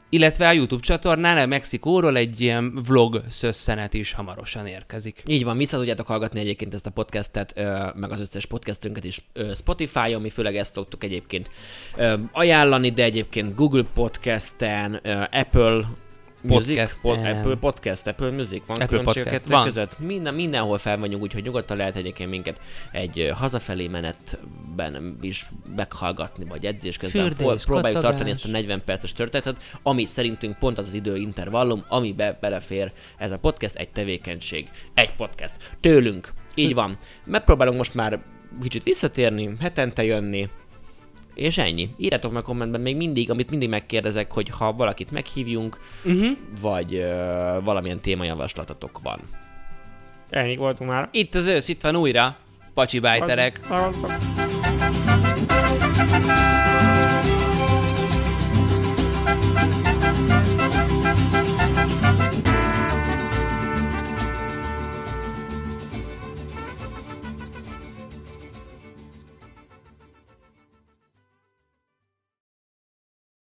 illetve a YouTube csatornán a Mexikóról egy ilyen vlog szösszenet is hamarosan érkezik.
Így van, vissza tudjátok hallgatni egyébként ezt a podcastet, ö, meg az összes podcastünket is ö, Spotify-on, mi főleg ezt szoktuk egyébként ö, ajánlani, de egyébként Google Podcast-en, ö, Apple Music,
Podcast-en.
pod, Apple Podcast, Apple Music, van
Apple
különbség a
Podcast,
kettő
van.
között. Minden, mindenhol fel vagyunk, úgyhogy nyugodtan lehet egyébként minket egy ö, hazafelé menetben is meghallgatni, vagy edzés közben.
Fürdés,
Pró- Próbáljuk
kacagás.
tartani ezt a 40 perces történetet, ami szerintünk pont az az időintervallum, amibe belefér ez a podcast, egy tevékenység, egy podcast. Tőlünk. Így van. Megpróbálunk most már kicsit visszatérni, hetente jönni, és ennyi. Írjátok meg kommentben még mindig, amit mindig megkérdezek, hogy ha valakit meghívjunk,
Uh-huh.
vagy ö, valamilyen témajavaslatotok van.
Ennyi voltunk már.
Itt az ősz, itt van újra. Pacsi bájterek.
Thank you.